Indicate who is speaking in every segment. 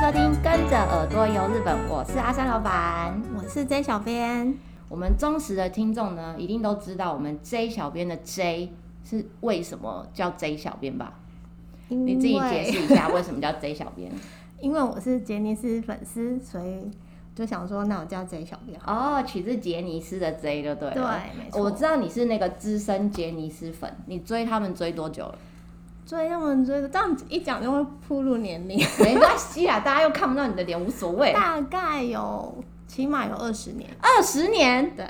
Speaker 1: 收听《跟着耳朵游日本》，我是阿三老板。
Speaker 2: 我是 J 小编，
Speaker 1: 我们忠实的听众呢，一定都知道我们 J 小编的 J 是为什么叫 J 小编吧？你
Speaker 2: 你
Speaker 1: 自己解释一下为什么叫 J 小编。
Speaker 2: 因为我是杰尼斯粉丝，所以就想说，那我叫 J 小编好了。
Speaker 1: 哦，取自杰尼斯的 J 就对了。
Speaker 2: 对，没错。
Speaker 1: 我知道你是那个资深杰尼斯粉，你追他们追多久了？
Speaker 2: 追他们追的，这样子一讲就会暴露年龄，
Speaker 1: 没关系啦，大家又看不到你的脸，无所谓。
Speaker 2: 大概有起码有二十年。
Speaker 1: 二十年
Speaker 2: 对，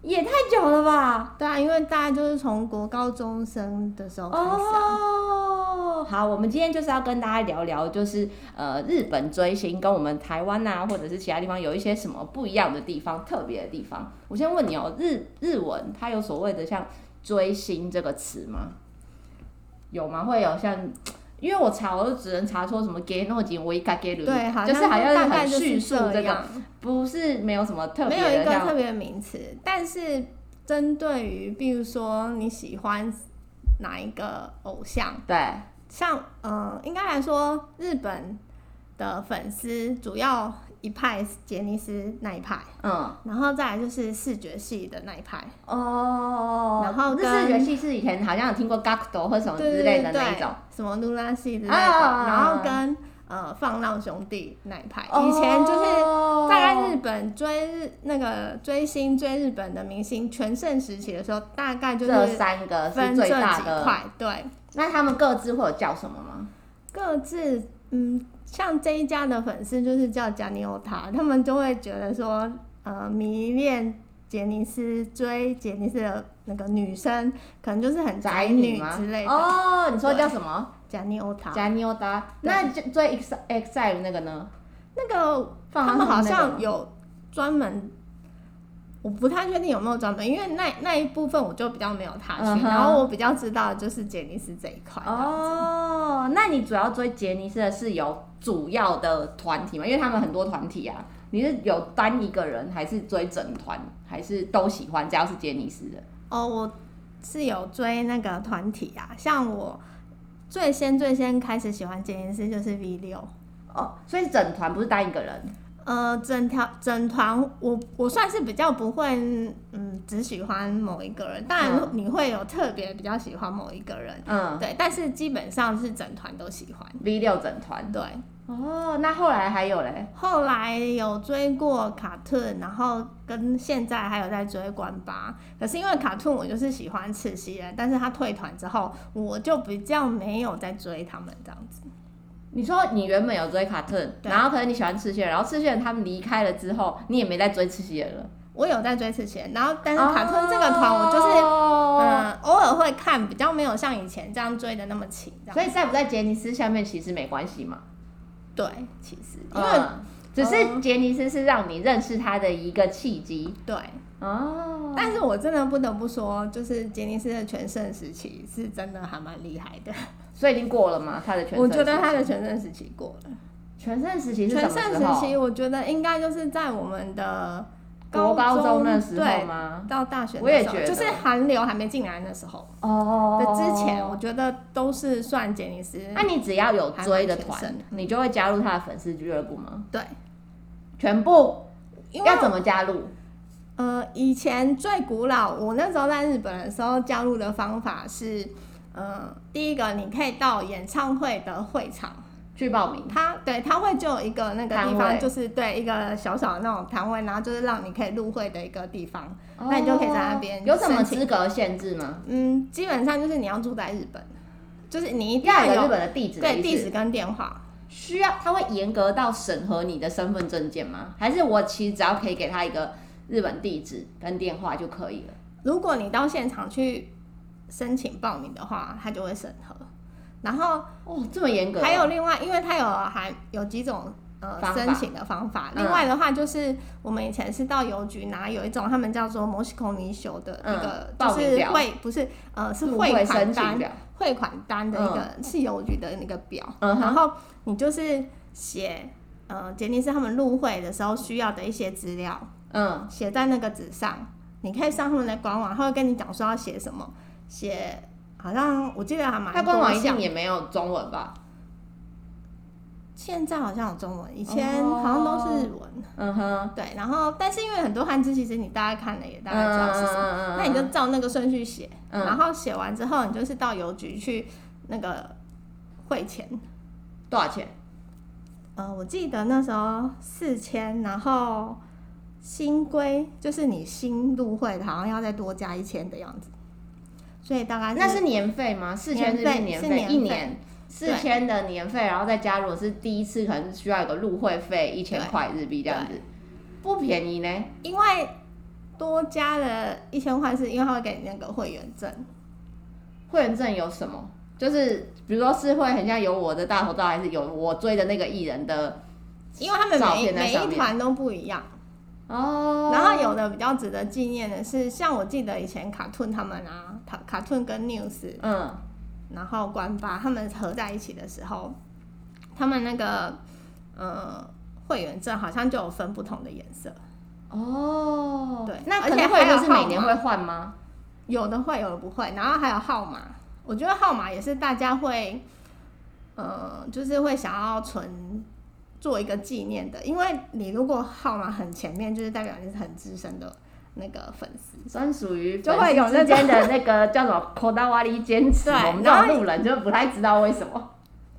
Speaker 1: 也太久了吧？
Speaker 2: 对啊，因为大概就是从国高中生的时候开始啊、
Speaker 1: 哦，好，我们今天就是要跟大家聊聊，就是呃，日本追星跟我们台湾呐、或者是其他地方有一些什么不一样的地方、特别的地方。我先问你哦，日日文它有所谓的像追星这个词吗？有吗？会有像？因为我查，我就只能查出什么 gay no 金 we ga gay
Speaker 2: 对，好像
Speaker 1: 就是好
Speaker 2: 大
Speaker 1: 像
Speaker 2: 概
Speaker 1: 很
Speaker 2: 就是
Speaker 1: 叙述
Speaker 2: 这
Speaker 1: 这个，
Speaker 2: 样，
Speaker 1: 不是没有什么特别
Speaker 2: 没有
Speaker 1: 的
Speaker 2: 一个
Speaker 1: 像
Speaker 2: 特别的名词，但是针对于比如说你喜欢哪一个偶像。
Speaker 1: 对
Speaker 2: 像呃，应该来说，日本的粉丝主要一派是杰尼斯那一派，
Speaker 1: 嗯。
Speaker 2: 然后再来就是视觉系的那一派，
Speaker 1: 哦，
Speaker 2: 然后
Speaker 1: 日
Speaker 2: 跟
Speaker 1: 式人系是以前好像有听过 Gakdo 或什么之类的那一种，
Speaker 2: 什么露拉系的
Speaker 1: 啊
Speaker 2: 那一
Speaker 1: 啊
Speaker 2: 种，
Speaker 1: 啊啊
Speaker 2: 然后跟呃放浪兄弟那一派，
Speaker 1: 哦
Speaker 2: 以前就是。大概日本追日那个追星追日本的明星全盛时期的时候，大概就是
Speaker 1: 这三个是
Speaker 2: 分
Speaker 1: 最
Speaker 2: 这
Speaker 1: 大
Speaker 2: 几
Speaker 1: 的。
Speaker 2: 块，对，
Speaker 1: 那他们各自会有叫什么吗？
Speaker 2: 各自嗯，像这一家的粉丝就是叫加尼欧塔，他们就会觉得说，呃，迷恋杰尼斯追杰尼斯的那个女生，可能就是很宅
Speaker 1: 女
Speaker 2: 女
Speaker 1: 吗？
Speaker 2: 之类的。
Speaker 1: 哦，你说叫什么？
Speaker 2: 加尼欧塔，
Speaker 1: 加妞达。那就追 X Exile 那个呢？
Speaker 2: 那个
Speaker 1: 放
Speaker 2: 他们好
Speaker 1: 浪那个
Speaker 2: 像
Speaker 1: 吗
Speaker 2: 有专门。我不太确定有没有专门，因为那那一部分我就比较没有踏去
Speaker 1: 嗯哼
Speaker 2: 然后我比较知道的就是杰尼斯这一块。
Speaker 1: 哦，那你主要追杰尼斯的是有主要的团体吗？因为他们很多团体啊。你是有单一个人，还是追整团，还是都喜欢？只要是杰尼斯的，
Speaker 2: 哦，我是有追那个团体啊，像我最先最先开始喜欢杰尼斯就是 V 六，
Speaker 1: 哦，所以整团不是单一个人。
Speaker 2: 呃，整条整团我我算是比较不会，嗯，只喜欢某一个人，当然
Speaker 1: 嗯
Speaker 2: 你会有特别比较喜欢某一个人，
Speaker 1: 嗯
Speaker 2: 对，但是基本上是整团都喜欢，
Speaker 1: ，V 六整团。
Speaker 2: 对。
Speaker 1: 哦，那后来还有嘞？
Speaker 2: 后来有追过卡顿，然后跟现在还有在追关八。可是因为卡顿我就是喜欢赤西仁，但是他退团之后，我就比较没有在追他们这样子。
Speaker 1: 你说你原本有追卡顿，
Speaker 2: 对
Speaker 1: 然后可能你喜欢赤西仁，然后赤西仁他们离开了之后，你也没再追赤西仁了。
Speaker 2: 我有在追赤西仁，然后但是卡顿这个团我就是、
Speaker 1: 哦
Speaker 2: 嗯偶尔会看，比较没有像以前这样追的那么勤这样。
Speaker 1: 所以在不在杰尼斯下面其实没关系嘛，
Speaker 2: 对，其实因
Speaker 1: 因
Speaker 2: 为、
Speaker 1: 为只是杰尼斯是让你认识他的一个契机
Speaker 2: 对，
Speaker 1: 哦。
Speaker 2: 但是我真的不得不说，就是杰尼斯的全盛时期是真的还蛮厉害的。
Speaker 1: 所以已经过了嘛，他的全盛
Speaker 2: 我觉得
Speaker 1: 时
Speaker 2: 他的全盛时期过了。
Speaker 1: 全盛时期是什
Speaker 2: 全
Speaker 1: 么
Speaker 2: 盛
Speaker 1: 时
Speaker 2: 时
Speaker 1: 候？
Speaker 2: 期，我觉得应该就是在我们的
Speaker 1: 国高中
Speaker 2: 中
Speaker 1: 那时候
Speaker 2: 对，
Speaker 1: 吗？
Speaker 2: 到大学的时候，
Speaker 1: 我也觉得
Speaker 2: 就是韩流还没进来那时候
Speaker 1: 哦啊
Speaker 2: 的之前，我觉得都是算杰尼斯。
Speaker 1: 那你只要有追的
Speaker 2: 还蛮
Speaker 1: 团
Speaker 2: 全盛，
Speaker 1: 你就会加入他的粉丝俱乐部吗？
Speaker 2: 对，
Speaker 1: 全部
Speaker 2: 因为
Speaker 1: 要怎么加入？
Speaker 2: 呃，以前最古老，我那时候在日本的时候加入的方法是，呃，第一个你可以到演唱会的会场。
Speaker 1: 去报名？
Speaker 2: 它对，它会就有一个那个地
Speaker 1: 摊
Speaker 2: 方，
Speaker 1: 位
Speaker 2: 就是对一个小小的那种摊位，然后就是让你可以入会的一个地方。那你就可以在那边
Speaker 1: 哦有什么
Speaker 2: 申请
Speaker 1: 资格限制吗？
Speaker 2: 嗯，基本上就是你要住在日本，就是你一定
Speaker 1: 要有日
Speaker 2: 有
Speaker 1: 本的地址的
Speaker 2: 对
Speaker 1: 意思
Speaker 2: 地址跟电话。
Speaker 1: 需要他会严格到审核你的身份证件吗？还是我其实只要可以给他一个日本地址跟电话就可以了？
Speaker 2: 如果你到现场去申请报名的话，他就会审核。然后
Speaker 1: 哦，这么严格？
Speaker 2: 还有另外，因为它有还有几种呃
Speaker 1: 方法
Speaker 2: 申请的方法。
Speaker 1: 嗯
Speaker 2: 另外的话，就是我们以前是到邮局拿有一种他们叫做摩西孔尼修的
Speaker 1: 嗯
Speaker 2: 一个，
Speaker 1: 报
Speaker 2: 就
Speaker 1: 名
Speaker 2: 是
Speaker 1: 表
Speaker 2: 汇不是呃是
Speaker 1: 入
Speaker 2: 汇款
Speaker 1: 申请
Speaker 2: 单
Speaker 1: 表，
Speaker 2: 汇款单的一个、是邮局的那个表，
Speaker 1: 嗯哼
Speaker 2: 然后你就是写呃杰尼斯他们入会的时候需要的一些资料，
Speaker 1: 嗯，
Speaker 2: 写在那个纸上，你可以上他们的官网，他会跟你讲说要写什么，写好像我记得还蛮
Speaker 1: 他官网
Speaker 2: 多
Speaker 1: 一
Speaker 2: 项
Speaker 1: 定也没有中文吧？
Speaker 2: 现在好像有中文，以前好像都是日文。
Speaker 1: 嗯哼，
Speaker 2: 对，然后但是因为很多汉字，其实你大概看了也大概知道是什么，
Speaker 1: 么
Speaker 2: 那你就照那个顺序写，
Speaker 1: 嗯
Speaker 2: 然后写完之后，你就是到邮局去那个汇钱。
Speaker 1: 多少钱？
Speaker 2: 呃，我记得那时候四千，然后新规就是你新入会的，好像要再多加一千的样子，所以大概
Speaker 1: 啊那是年费吗？四千日币
Speaker 2: 年费
Speaker 1: 费
Speaker 2: 是
Speaker 1: 一
Speaker 2: 年费
Speaker 1: 嗯年。四千的年费，然后再加，如果是第一次，可能需要有个入会费一千块日币这样子，不便宜呢。
Speaker 2: 因为多加了一千块，是因为他会给你那个会员证。
Speaker 1: 会员证有什么？就是比如说是会很像有我的大头照，还是有我追的那个艺人的
Speaker 2: 因为他们
Speaker 1: 照
Speaker 2: 每
Speaker 1: 片在
Speaker 2: 每
Speaker 1: 上
Speaker 2: 一
Speaker 1: 面
Speaker 2: 团都不一样，
Speaker 1: 哦
Speaker 2: 然后有的比较值得纪念的是，像我记得以前卡顿他们啊，卡卡顿跟 News，
Speaker 1: 嗯
Speaker 2: 然后关八他们合在一起的时候，他们那个呃会员证好像就有分不同的颜色，
Speaker 1: 哦
Speaker 2: 对
Speaker 1: 那
Speaker 2: 而
Speaker 1: 可
Speaker 2: 且
Speaker 1: 能会
Speaker 2: 还有
Speaker 1: 就是每年
Speaker 2: 号
Speaker 1: 会换吗？
Speaker 2: 有的会，有的不会，然后还有号码，我觉得号码也是大家会呃就是会想要存。做一个纪念的，因为你如果号码很前面，就是代表你是很资深的那个粉丝。
Speaker 1: 专属于
Speaker 2: 就
Speaker 1: 粉丝
Speaker 2: 会有那
Speaker 1: 之
Speaker 2: 种
Speaker 1: 间 的那个叫什么 “kodawari” 坚持，
Speaker 2: 对
Speaker 1: 我们这
Speaker 2: 然
Speaker 1: 种
Speaker 2: 后
Speaker 1: 路人就不太知道为什么。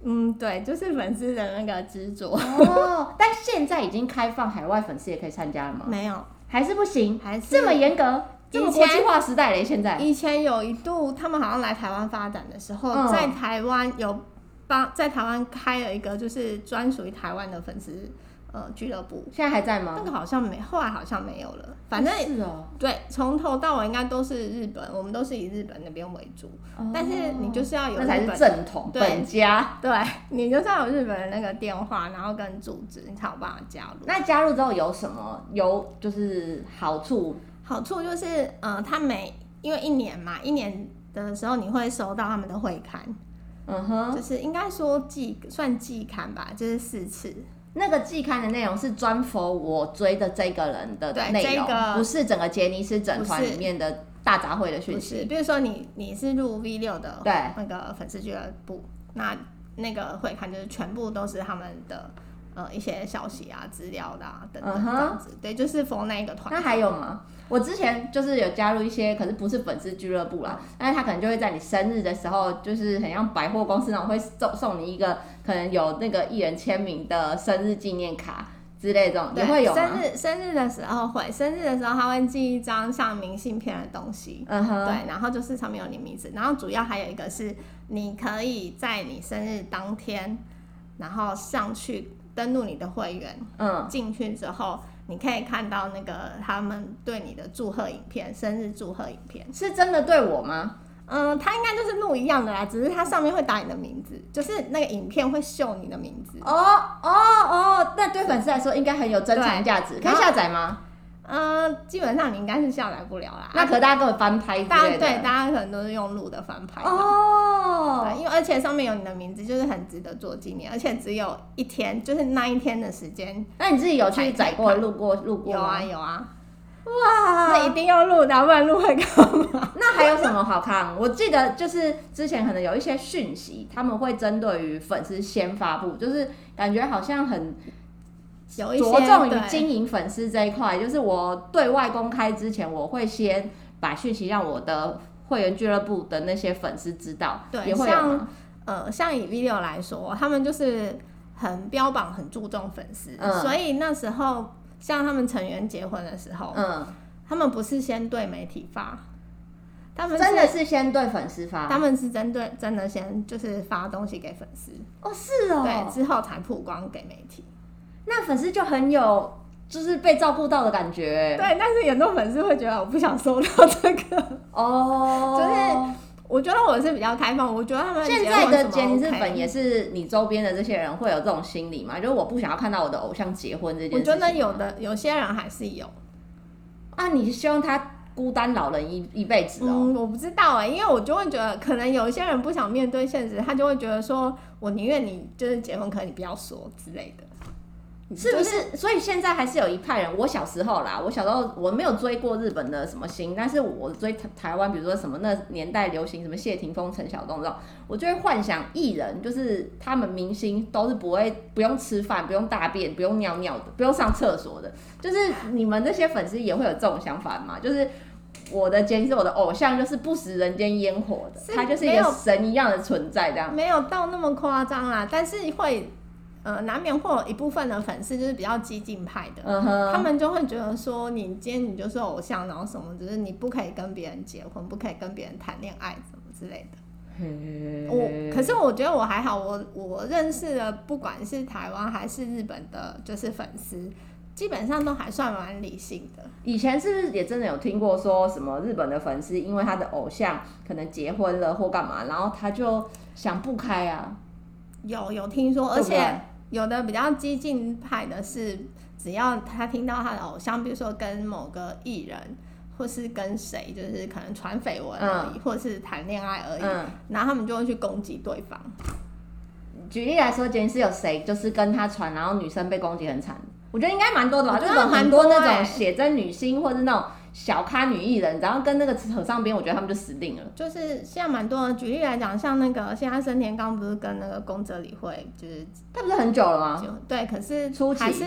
Speaker 2: 嗯，对，就是粉丝的那个执 着。
Speaker 1: 哦，但现在已经开放海外粉丝也可以参加了吗？
Speaker 2: 没有，
Speaker 1: 还是不行？
Speaker 2: 还是
Speaker 1: 这么严格，这么
Speaker 2: 以
Speaker 1: 国
Speaker 2: 前
Speaker 1: 际化时代嘞，现在
Speaker 2: 以前有一度，他们好像来台湾发展的时候，
Speaker 1: 嗯
Speaker 2: 在台湾有帮在台湾开了一个就是专属于台湾的粉丝呃俱乐部，
Speaker 1: 现在还在
Speaker 2: 那
Speaker 1: 吗？
Speaker 2: 个好像没，后来好像没有了。反正
Speaker 1: 是哦，
Speaker 2: 对，从头到尾应该都是日本，我们都是以日本那边为主，但是你就是要有
Speaker 1: 哦那
Speaker 2: 日
Speaker 1: 才是
Speaker 2: 本
Speaker 1: 正统
Speaker 2: 对
Speaker 1: 本家。
Speaker 2: 对你就是要有日本的那个电话，然后跟住址，你才有办法加入。
Speaker 1: 那加入之后有什么有就是好处？
Speaker 2: 好处就是，呃，他每因为一年嘛，一年的时候你会收到他们的会刊，
Speaker 1: 嗯哼，
Speaker 2: 就是应该说季算季刊吧，就是四次。
Speaker 1: 那个季刊的内容是专 for 我追的这个人的
Speaker 2: 对
Speaker 1: 内容，
Speaker 2: 这个
Speaker 1: 不是整个杰尼斯整团
Speaker 2: 不是
Speaker 1: 里面的大杂烩的讯
Speaker 2: 不是，
Speaker 1: 息。
Speaker 2: 比如说你你是入 V 六的
Speaker 1: 对
Speaker 2: 那个粉丝俱乐部，那那个会刊就是全部都是他们的呃一些消息啊、资料的、啊、等
Speaker 1: 嗯
Speaker 2: 等
Speaker 1: 哼
Speaker 2: 这样子。对，就是封那一个团。
Speaker 1: 那还有吗？我之前就是有加入一些，可是不是粉丝俱乐部啦，但是他可能就会在你生日的时候，就是很像百货公司那种会送送你一个可能有那个艺人签名的生日纪念卡之类的这种，也
Speaker 2: 对
Speaker 1: 会有
Speaker 2: 生
Speaker 1: 吗？
Speaker 2: 日生日的时候会，生日的时候他会寄一张像明信片的东西，
Speaker 1: 嗯哼，
Speaker 2: 对，然后就是上面有你名字，然后主要还有一个是你可以在你生日当天，然后上去登录你的会员，
Speaker 1: 嗯，
Speaker 2: 进去之后你可以看到那个他们对你的祝贺影片，生日祝贺影片。
Speaker 1: 是真的对我吗？
Speaker 2: 嗯，它应该就是录一样的啦，只是它上面会打你的名字，就是那个影片会秀你的名字。
Speaker 1: 哦哦哦，那对粉丝来说应该很有珍藏价值，可以下载吗？
Speaker 2: 嗯，基本上你应该是下载不了啦。啊
Speaker 1: 那可大家给我翻拍之
Speaker 2: 大家
Speaker 1: 类的。
Speaker 2: 对大家可能都是用录的翻拍的。
Speaker 1: 哦，
Speaker 2: 对，因为而且上面有你的名字，就是很值得做纪念，而且只有一天，就是那一天的时间。
Speaker 1: 那你自己有去载过、路过、路过
Speaker 2: 有
Speaker 1: 吗
Speaker 2: 啊？有啊，
Speaker 1: 哇，
Speaker 2: 那一定要录的啊，不然录会干嘛？
Speaker 1: 那还有什么好看？我记得就是之前可能有一些讯息，他们会针对于粉丝先发布，就是感觉好像很
Speaker 2: 有一些
Speaker 1: 着重于
Speaker 2: 对
Speaker 1: 经营粉丝这一块。就是我对外公开之前，我会先把讯息让我的会员俱乐部的那些粉丝知道，
Speaker 2: 对
Speaker 1: 也会有吗
Speaker 2: 像？呃，像以 V 六来说，他们就是很标榜、很注重粉丝，
Speaker 1: 嗯
Speaker 2: 所以那时候像他们成员结婚的时候，
Speaker 1: 嗯。
Speaker 2: 他们不是先对媒体发，他们是
Speaker 1: 真的是先对粉丝发
Speaker 2: 他们是针对真的先就是发东西给粉丝，
Speaker 1: 哦，是
Speaker 2: 对，，之后才曝光给媒体。
Speaker 1: 那粉丝就很有就是被照顾到的感觉
Speaker 2: 对，但是很多粉丝会觉得我不想收到这个。
Speaker 1: 哦，
Speaker 2: 我觉得我是比较开放，我觉得他们
Speaker 1: 现在的杰
Speaker 2: 结
Speaker 1: 尼
Speaker 2: 婚什
Speaker 1: 斯
Speaker 2: 么 OK
Speaker 1: 粉也是你周边的这些人会有这种心理嘛？就是我不想要看到我的偶像结婚这件
Speaker 2: 我
Speaker 1: 事情
Speaker 2: 觉
Speaker 1: 吗。
Speaker 2: 得有的有些人还是有。
Speaker 1: 啊，你希望他孤单老人一一辈子哦？
Speaker 2: 嗯，我不知道哎、因为我就会觉得，可能有一些人不想面嗯对现实，他就会觉得说，我宁愿你就是结婚，可能你不要说之类的。
Speaker 1: 是不是？所以现在还是有一派人。我小时候啦，我小时候我没有追过日本的什么星，但是我追台台湾，比如说什么那年代流行什么谢霆锋、陈晓东这种，我就会幻想艺人就是他们明星都是不会不用吃饭、不用大便、不用尿尿的、不用上厕所的。就是你们这些粉丝也会有这种想法吗？就是。我的坚是我的偶像，就是不食人间烟火的，
Speaker 2: 是
Speaker 1: 他就是一
Speaker 2: 没
Speaker 1: 个
Speaker 2: 有嗯
Speaker 1: 神一样的存在，这样。
Speaker 2: 没有到那么夸张啦，但是会呃难免会有一部分的粉丝就是比较激进派的，
Speaker 1: 嗯哼，
Speaker 2: 他们就会觉得说，你今天你就是偶像，然后什么，就是你不可以跟别人结婚，不可以跟别人谈恋爱，什么之类的。我可是我觉得我还好，我我认识的不管是台湾还是日本的，就是粉丝，基本上都还算蛮理性的。
Speaker 1: 以前是不是也真的有听过说什么日本的粉丝因为他的偶像可能结婚了或干嘛，然后他就想不开啊？
Speaker 2: 有有听说，哦而
Speaker 1: 对不对啊
Speaker 2: 且有的比较激进派的是，只要他听到他的偶像，比如说跟某个艺人，或是跟谁，就是可能传绯闻而已，或是谈恋爱而已，
Speaker 1: 嗯，
Speaker 2: 然后他们就会去攻击对方。
Speaker 1: 举例来说，今天是有谁就是跟他传，然后女生被攻击很惨？我觉得应该蛮多的吧，
Speaker 2: 我
Speaker 1: 日
Speaker 2: 觉得
Speaker 1: 本
Speaker 2: 蛮
Speaker 1: 很
Speaker 2: 多
Speaker 1: 多那
Speaker 2: 欸
Speaker 1: 种写真女星或者那种小咖女艺人，然后跟那个扯上边，我觉得他们就死定了。
Speaker 2: 就是现在蛮多的，举例来讲，像那个现在森田刚不是跟那个宫泽理惠，就是
Speaker 1: 他不是很久了吗？
Speaker 2: 就对，可是
Speaker 1: 啊初期
Speaker 2: 还是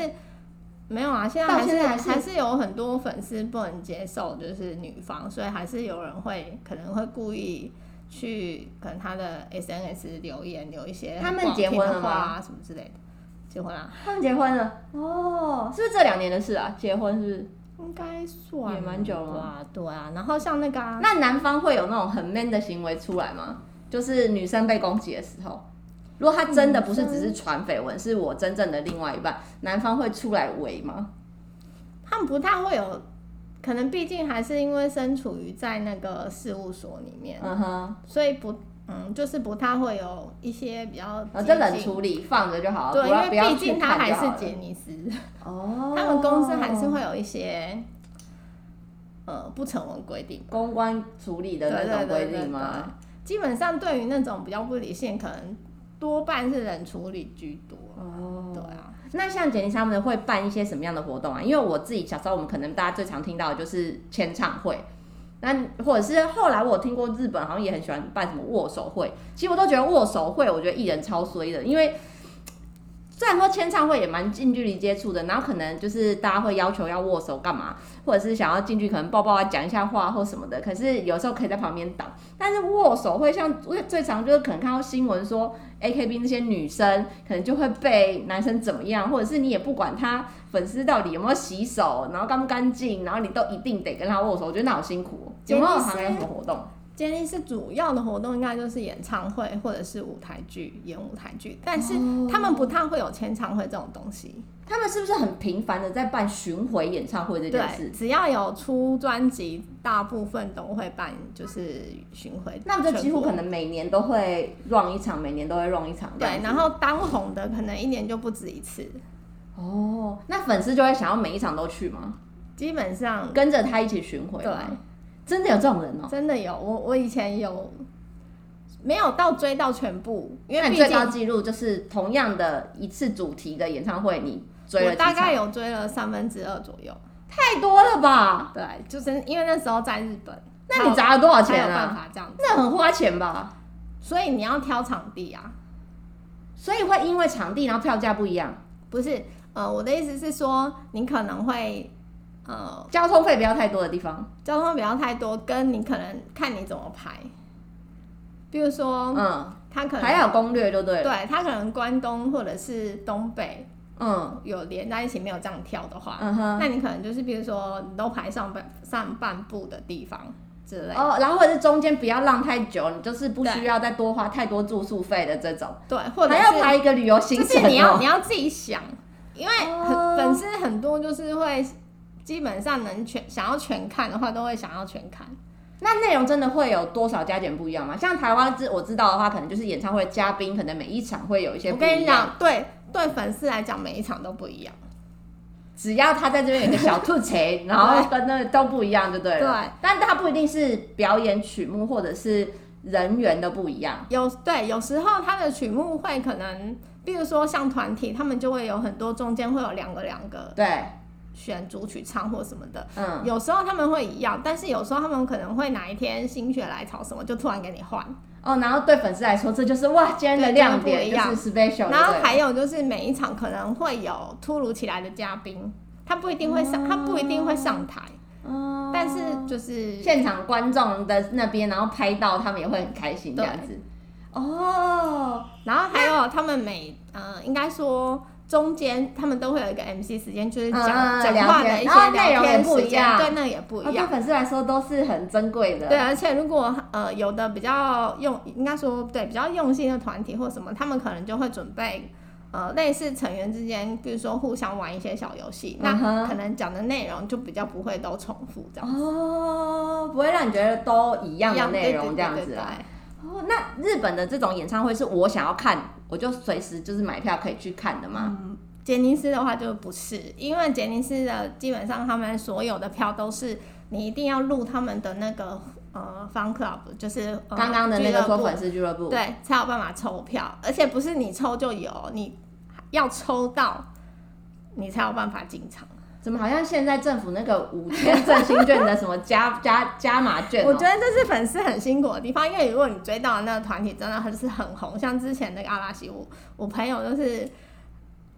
Speaker 2: 没有啊，现在
Speaker 1: 到
Speaker 2: 还
Speaker 1: 现
Speaker 2: 是
Speaker 1: 在还是
Speaker 2: 还是有很多粉丝不能接受，就是女方，所以还是有人会可能会故意去可能他的 SNS 留言留一些
Speaker 1: 他们
Speaker 2: 不好听
Speaker 1: 结婚
Speaker 2: 的
Speaker 1: 了
Speaker 2: 话
Speaker 1: 吗
Speaker 2: 啊什么之类的，结婚啊啦，
Speaker 1: 他们结婚了哦，是不是这两年的事啊？结婚是不是？
Speaker 2: 应该算
Speaker 1: 也蛮久了
Speaker 2: 啊，对啊，然后像那个、啊、
Speaker 1: 那男方会有那种很 man 的行为出来吗？就是女生被攻击的时候，如果他真的不是只是传绯闻，是我真正的另外一半，男方会出来围吗？
Speaker 2: 他们不太会有，可能毕竟还是因为身处于在那个事务所里面，
Speaker 1: 嗯哼，
Speaker 2: 所以不。嗯，就是不太会有一些比较
Speaker 1: 啊，
Speaker 2: 激
Speaker 1: 这冷
Speaker 2: 进
Speaker 1: 处理放着就好，
Speaker 2: 对，
Speaker 1: 不
Speaker 2: 因
Speaker 1: 要
Speaker 2: 为
Speaker 1: 不要
Speaker 2: 毕
Speaker 1: 去
Speaker 2: 竟他
Speaker 1: 看
Speaker 2: 还
Speaker 1: 就好
Speaker 2: 是
Speaker 1: 了
Speaker 2: 杰尼斯，
Speaker 1: 哦，
Speaker 2: 他们公司还是会有一些呃不成文规定。
Speaker 1: 公关处理的那种规定
Speaker 2: 对对对
Speaker 1: 吗？
Speaker 2: 基本上对于那种比较不理性，可能多半是冷处理居多。
Speaker 1: 哦
Speaker 2: 对啊，
Speaker 1: 那像杰尼斯他们会办一些什么样的活动啊？因为我自己小时候，我们可能大家最常听到的就是签唱会，那或者是后来我有听过日本好像也很喜欢办什么握手会。其实我都觉得握手会，我觉得艺人超衰的，因为虽然说签唱会也蛮近距离接触的，然后可能就是大家会要求要握手干嘛，或者是想要进去可能抱抱啊讲一下话或什么的，可是有时候可以在旁边挡。但是握手会像最最常就是可能看到新闻说。A K B 那些女生可能就会被男生怎么样，或者是你也不管他粉丝到底有没有洗手，然后干不干净，然后你都一定得跟他握手，我觉得那好辛苦、哦。有没有
Speaker 2: 杰尼斯
Speaker 1: 还有什么活动？
Speaker 2: 杰尼斯主要的活动应该就是演唱会或者是舞台剧，演舞台剧，但是
Speaker 1: 哦
Speaker 2: 他们不太会有签唱会这种东西。
Speaker 1: 他们是不是很频繁的在办巡回演唱会这件
Speaker 2: 对，
Speaker 1: 事？
Speaker 2: 只要有出专辑，大部分都会办，就是巡回。
Speaker 1: 那么就几乎
Speaker 2: 全国
Speaker 1: 可能每年都会 run 一场，每年都会 run 一场这样
Speaker 2: 对，
Speaker 1: 子。
Speaker 2: 然后当红的可能一年就不止一次，
Speaker 1: 哦，那粉丝就会想要每一场都去吗？
Speaker 2: 基本上
Speaker 1: 跟着他一起巡回？
Speaker 2: 嗯对，
Speaker 1: 真的有这种人啊哦、
Speaker 2: 真的有。我我以前有没有到追到全部，因
Speaker 1: 那
Speaker 2: 为
Speaker 1: 你
Speaker 2: 毕
Speaker 1: 最高
Speaker 2: 竟
Speaker 1: 纪录就是同样的一次主题的演唱会，你追了
Speaker 2: 我
Speaker 1: 几
Speaker 2: 大
Speaker 1: 场？
Speaker 2: 概有追了三分之二左右。
Speaker 1: 太多了吧？
Speaker 2: 对，就是因为那时候在日本，
Speaker 1: 那你砸了多
Speaker 2: 还
Speaker 1: 少
Speaker 2: 有才
Speaker 1: 钱
Speaker 2: 有办
Speaker 1: 啊？
Speaker 2: 法这样子，
Speaker 1: 那很花钱吧？
Speaker 2: 所以你要挑场地啊，
Speaker 1: 所以会因为场地，然后票价不一样，
Speaker 2: 不是？呃，我的意思是说，你可能会呃
Speaker 1: 交通费不要太多的地方。
Speaker 2: 交通不要太多，跟你可能看你怎么排。比如说，
Speaker 1: 嗯，
Speaker 2: 他哦可能
Speaker 1: 还要有攻略就对了。
Speaker 2: 对他可能关东或者是东北
Speaker 1: 嗯
Speaker 2: 有连在一起，没有这样跳的话，
Speaker 1: 嗯哼。
Speaker 2: 那你可能就是比如说你都排上半上半部的地方之类的。
Speaker 1: 哦，然后或者是中间不要浪太久，你就是不需要再多花太多住宿费的这种，
Speaker 2: 对，或者
Speaker 1: 还要
Speaker 2: 是
Speaker 1: 排一个旅游行
Speaker 2: 就
Speaker 1: 程、
Speaker 2: 是
Speaker 1: 哦。
Speaker 2: 你要你要自己想，因为很、
Speaker 1: 哦
Speaker 2: 粉丝很多就是会基本上能全想要全看的话，都会想要全看。
Speaker 1: 那内容真的会有多少加减不一样吗？像台湾知我知道的话，可能就是演唱会嘉宾，可能每一场会有一些
Speaker 2: 我
Speaker 1: 不
Speaker 2: 跟
Speaker 1: 一
Speaker 2: 你
Speaker 1: 样。
Speaker 2: 讲，对对粉丝来讲，每一场都不一样。
Speaker 1: 只要他在这边有一个小兔 锤，然后跟那个都不一样，就对了。
Speaker 2: 对
Speaker 1: 但他不一定是表演曲目，或者是人员都不一样。
Speaker 2: 有对，有时候它的曲目会可能，比如说像团体，他们就会有很多中间会有两个两个
Speaker 1: 对，
Speaker 2: 选主曲唱或什么的。
Speaker 1: 嗯，
Speaker 2: 有时候他们会一样，但是有时候他们可能会哪一天心血来潮什么，就突然给你换。
Speaker 1: 哦，然后对粉丝来说，这就是哇，今天的
Speaker 2: 对
Speaker 1: 亮
Speaker 2: 真的不
Speaker 1: 点
Speaker 2: 一
Speaker 1: 就
Speaker 2: 样
Speaker 1: 是 special，
Speaker 2: 然后
Speaker 1: 对
Speaker 2: 还有就是每一场可能会有突如其来的嘉宾，他不一定会上，他不一定会上台，
Speaker 1: 哦
Speaker 2: 但是就是
Speaker 1: 现场观众的那边，然后拍到他们也会很开心这样子。哦，
Speaker 2: 然后还有他们每呃，应该说中间他们都会有一个 MC 时间，就是讲
Speaker 1: 嗯嗯
Speaker 2: 讲、
Speaker 1: 聊
Speaker 2: 话
Speaker 1: 天
Speaker 2: 的一
Speaker 1: 然后
Speaker 2: 些
Speaker 1: 内
Speaker 2: 聊
Speaker 1: 容也
Speaker 2: 天
Speaker 1: 不
Speaker 2: 时
Speaker 1: 一样
Speaker 2: 间，对，那也不
Speaker 1: 哦
Speaker 2: 一
Speaker 1: 对
Speaker 2: 样。
Speaker 1: 粉丝来说都是很珍贵的。
Speaker 2: 对，啊而且如果呃有的比较用，应该说对比较用心的团体或什么，他们可能就会准备呃类似成员之间，比如说互相玩一些小游戏，
Speaker 1: 嗯哼
Speaker 2: 那可能讲的内容就比较不会都重复这样。
Speaker 1: 哦，不会让你觉得都一样的内容
Speaker 2: 对对对
Speaker 1: 这样
Speaker 2: 对
Speaker 1: 子
Speaker 2: 对
Speaker 1: 啊。哦，那日本的这种演唱会是我想要看，我就随时就是买票可以去看的吗？
Speaker 2: 嗯杰尼斯的话就不是，因为杰尼斯的基本上他们所有的票都是你一定要入他们的那个呃 fan club，就是呃
Speaker 1: 刚刚的那个
Speaker 2: 俱乐
Speaker 1: 说
Speaker 2: 部
Speaker 1: 粉丝俱乐部，
Speaker 2: 对才有办法抽票，而且不是你抽就有，你要抽到你才有办法进场。
Speaker 1: 怎么好像现在政府那个五千振兴券的什么加加加码券、哦？
Speaker 2: 我觉得这是粉丝很辛苦的地方，因为如果你追到的那个团体真的很是很红，像之前那个阿拉西，我我朋友就是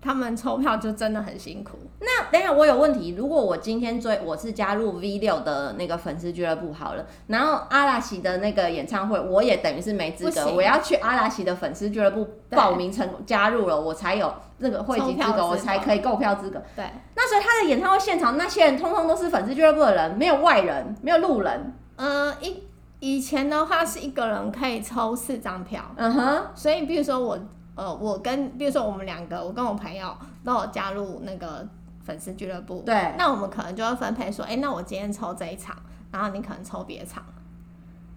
Speaker 2: 他们抽票就真的很辛苦。
Speaker 1: 那等一下我有问题，如果我今天追我是加入 V 六的那个粉丝俱乐部好了，然后阿拉西的那个演唱会，我也等于是没资
Speaker 2: 不
Speaker 1: 格，
Speaker 2: 行
Speaker 1: 我要去阿拉西的粉丝俱乐部
Speaker 2: 对
Speaker 1: 报名成加入了，我才有那个汇集资
Speaker 2: 抽票资
Speaker 1: 格，
Speaker 2: 格
Speaker 1: 我才可以购票资格。
Speaker 2: 对。
Speaker 1: 那所以他的演唱会现场那些人通通都是粉丝俱乐部的人，没有外人，没有路人。
Speaker 2: 呃，一以前的话是一个人可以抽四张票，
Speaker 1: 嗯哼，
Speaker 2: 所以比如说我，呃，我跟比如说我们两个，我跟我朋友都有加入那个粉丝俱乐部，
Speaker 1: 对
Speaker 2: 那我们可能就会分配说，哎、那我今天抽这一场，然后你可能抽别场，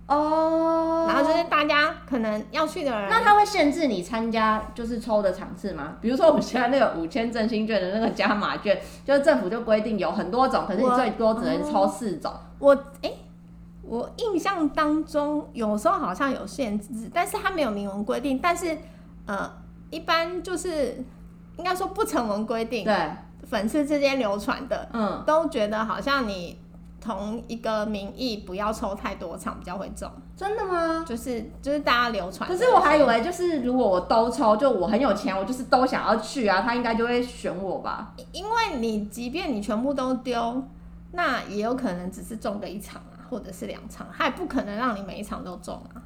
Speaker 1: 哦，
Speaker 2: 然后就是大家可能要去的人，
Speaker 1: 那他会限制你参加就是抽的场次吗？比如说我们现在那个五千振兴券的那个加码券，就是政府就规定有很多种，可是你
Speaker 2: 我
Speaker 1: 最多只能抽四种。
Speaker 2: 我哎、我印象当中有时候好像有限制，但是它没有明文规定，但是呃，一般就是应该说不成文规定，
Speaker 1: 对，
Speaker 2: 粉丝之间流传的。
Speaker 1: 嗯，
Speaker 2: 都觉得好像你同一个名义不要抽太多场比较会中，
Speaker 1: 真的吗？
Speaker 2: 就是就是大家流传。
Speaker 1: 可是我还以为就是如果我都抽，就我很有钱，我就是都想要去啊，他应该就会选我吧？
Speaker 2: 因为你即便你全部都丢，那也有可能只是中个一场啊，或者是两场，它也不可能让你每一场都中啊。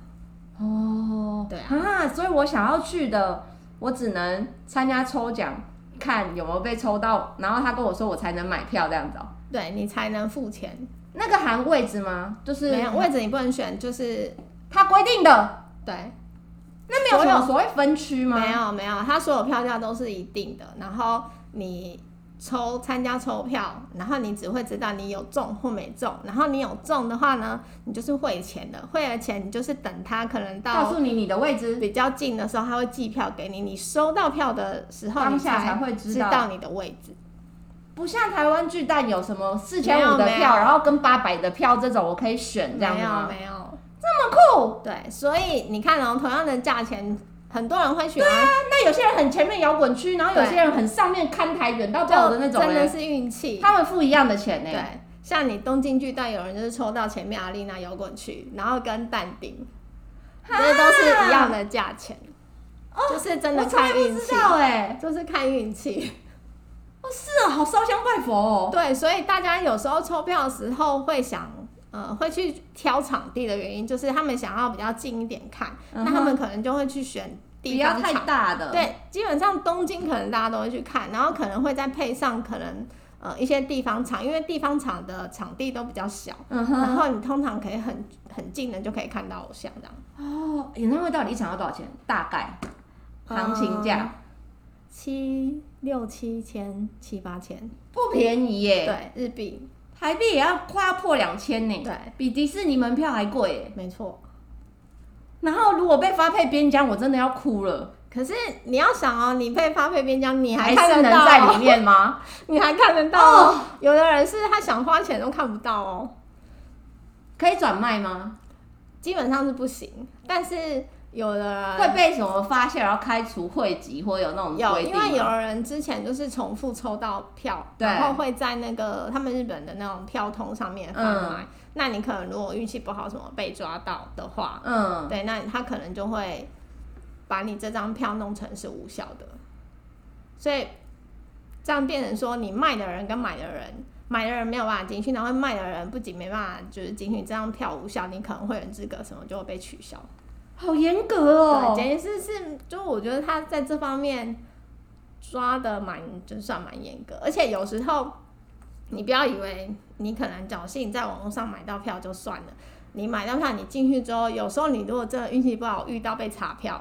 Speaker 1: 哦
Speaker 2: 对啊
Speaker 1: 啊，所以我想要去的，我只能参加抽奖，看有没有被抽到，然后他跟我说我才能买票这样子哦。
Speaker 2: 对你才能付钱，
Speaker 1: 那个含位置吗？就是
Speaker 2: 没有位置你不能选，就是
Speaker 1: 他规定的，
Speaker 2: 对，
Speaker 1: 那没有什
Speaker 2: 所
Speaker 1: 么所谓分区吗？
Speaker 2: 没有没有，它所有票价都是一定的，然后你抽参加抽票，然后你只会知道你有中或没中，然后你有中的话呢，你就是汇钱的，汇了钱你就是等他可能
Speaker 1: 告
Speaker 2: 到
Speaker 1: 诉你你的位置，
Speaker 2: 比较近的时候，他会寄票给你，你收到票的时候
Speaker 1: 当
Speaker 2: 你
Speaker 1: 下才
Speaker 2: 才
Speaker 1: 会知
Speaker 2: 知
Speaker 1: 道
Speaker 2: 道你的位置。
Speaker 1: 不像台湾巨蛋有什么四千五的
Speaker 2: 没有没有
Speaker 1: 票，然后跟八百的票这种，我可以选这样
Speaker 2: 没
Speaker 1: 子
Speaker 2: 有
Speaker 1: 吗？
Speaker 2: 没有，
Speaker 1: 这么酷！
Speaker 2: 对，所以你看哦，同样的价钱，很多人会选啊欢
Speaker 1: 那那有些人很前面摇滚区，然后有些人很上面看台远到爆的那
Speaker 2: 就
Speaker 1: 种
Speaker 2: 真的
Speaker 1: 人，
Speaker 2: 是运气。
Speaker 1: 他们付一样的钱呢、哎
Speaker 2: 对，像你东京巨蛋有人就是抽到前面阿丽娜摇滚区，然后跟淡定，这都是一样的价钱，就是真的
Speaker 1: 哦我从来
Speaker 2: 看
Speaker 1: 不
Speaker 2: 运
Speaker 1: 知
Speaker 2: 气，
Speaker 1: 道哎、
Speaker 2: 就是看运气。
Speaker 1: 哦，是啊，好烧香拜佛哦。
Speaker 2: 对，所以大家有时候抽票的时候会想。呃，会去挑场地的原因就是他们想要比较近一点看，
Speaker 1: 嗯哼
Speaker 2: 那他们可能就会去选
Speaker 1: 不
Speaker 2: 地
Speaker 1: 要
Speaker 2: 方
Speaker 1: 太
Speaker 2: 场
Speaker 1: 大的，，
Speaker 2: 对，基本上东京可能大家都会去看，然后可能会再配上可能呃一些地方场，因为地方场的场地都比较小，
Speaker 1: 嗯
Speaker 2: 然
Speaker 1: 哼。
Speaker 2: 后你通常可以很很近的就可以看到偶像这样。
Speaker 1: 哦，演唱会到底一场要多少钱？大概行情
Speaker 2: 呃
Speaker 1: 价、
Speaker 2: 七六七千七八千，
Speaker 1: 不便宜耶、
Speaker 2: 对，日币，
Speaker 1: 台币也要快要破两千呢，
Speaker 2: 对，
Speaker 1: 比迪士尼门票还贵耶、
Speaker 2: 没错。
Speaker 1: 然后如果被发配边疆，我真的要哭了。
Speaker 2: 可是你要想哦，你被发配边疆，你
Speaker 1: 还
Speaker 2: 还看
Speaker 1: 是
Speaker 2: 得
Speaker 1: 能
Speaker 2: 到、
Speaker 1: 在
Speaker 2: 哦，
Speaker 1: 里面吗？
Speaker 2: 你还看得到、哦。有的人是他想花钱都看不到哦。
Speaker 1: 可以转卖吗？
Speaker 2: 基本上是不行，但是有的
Speaker 1: 会被什么发现，然后开除会籍，或有那种
Speaker 2: 有，
Speaker 1: 规定
Speaker 2: 因
Speaker 1: 吗？
Speaker 2: 为有人之前就是重复抽到票，
Speaker 1: 对
Speaker 2: 然后会在那个他们日本的那种票通上面贩卖。那你可能如果运气不好，什么被抓到的话，
Speaker 1: 嗯，
Speaker 2: 对，那他可能就会把你这张票弄成是无效的，所以这样变成说你卖的人跟买的人。买的人没有办法进去，然后卖的人不仅没办法就是进去，这张票无效，你可能会员资格什么就会被取消。
Speaker 1: 好严格哦
Speaker 2: 对，。简直是是，就我觉得他在这方面抓的蛮，就算蛮严格。而且有时候，你不要以为你可能侥幸在网络上买到票就算了，你买到票你进去之后，有时候你如果真的运气不好遇到被查票，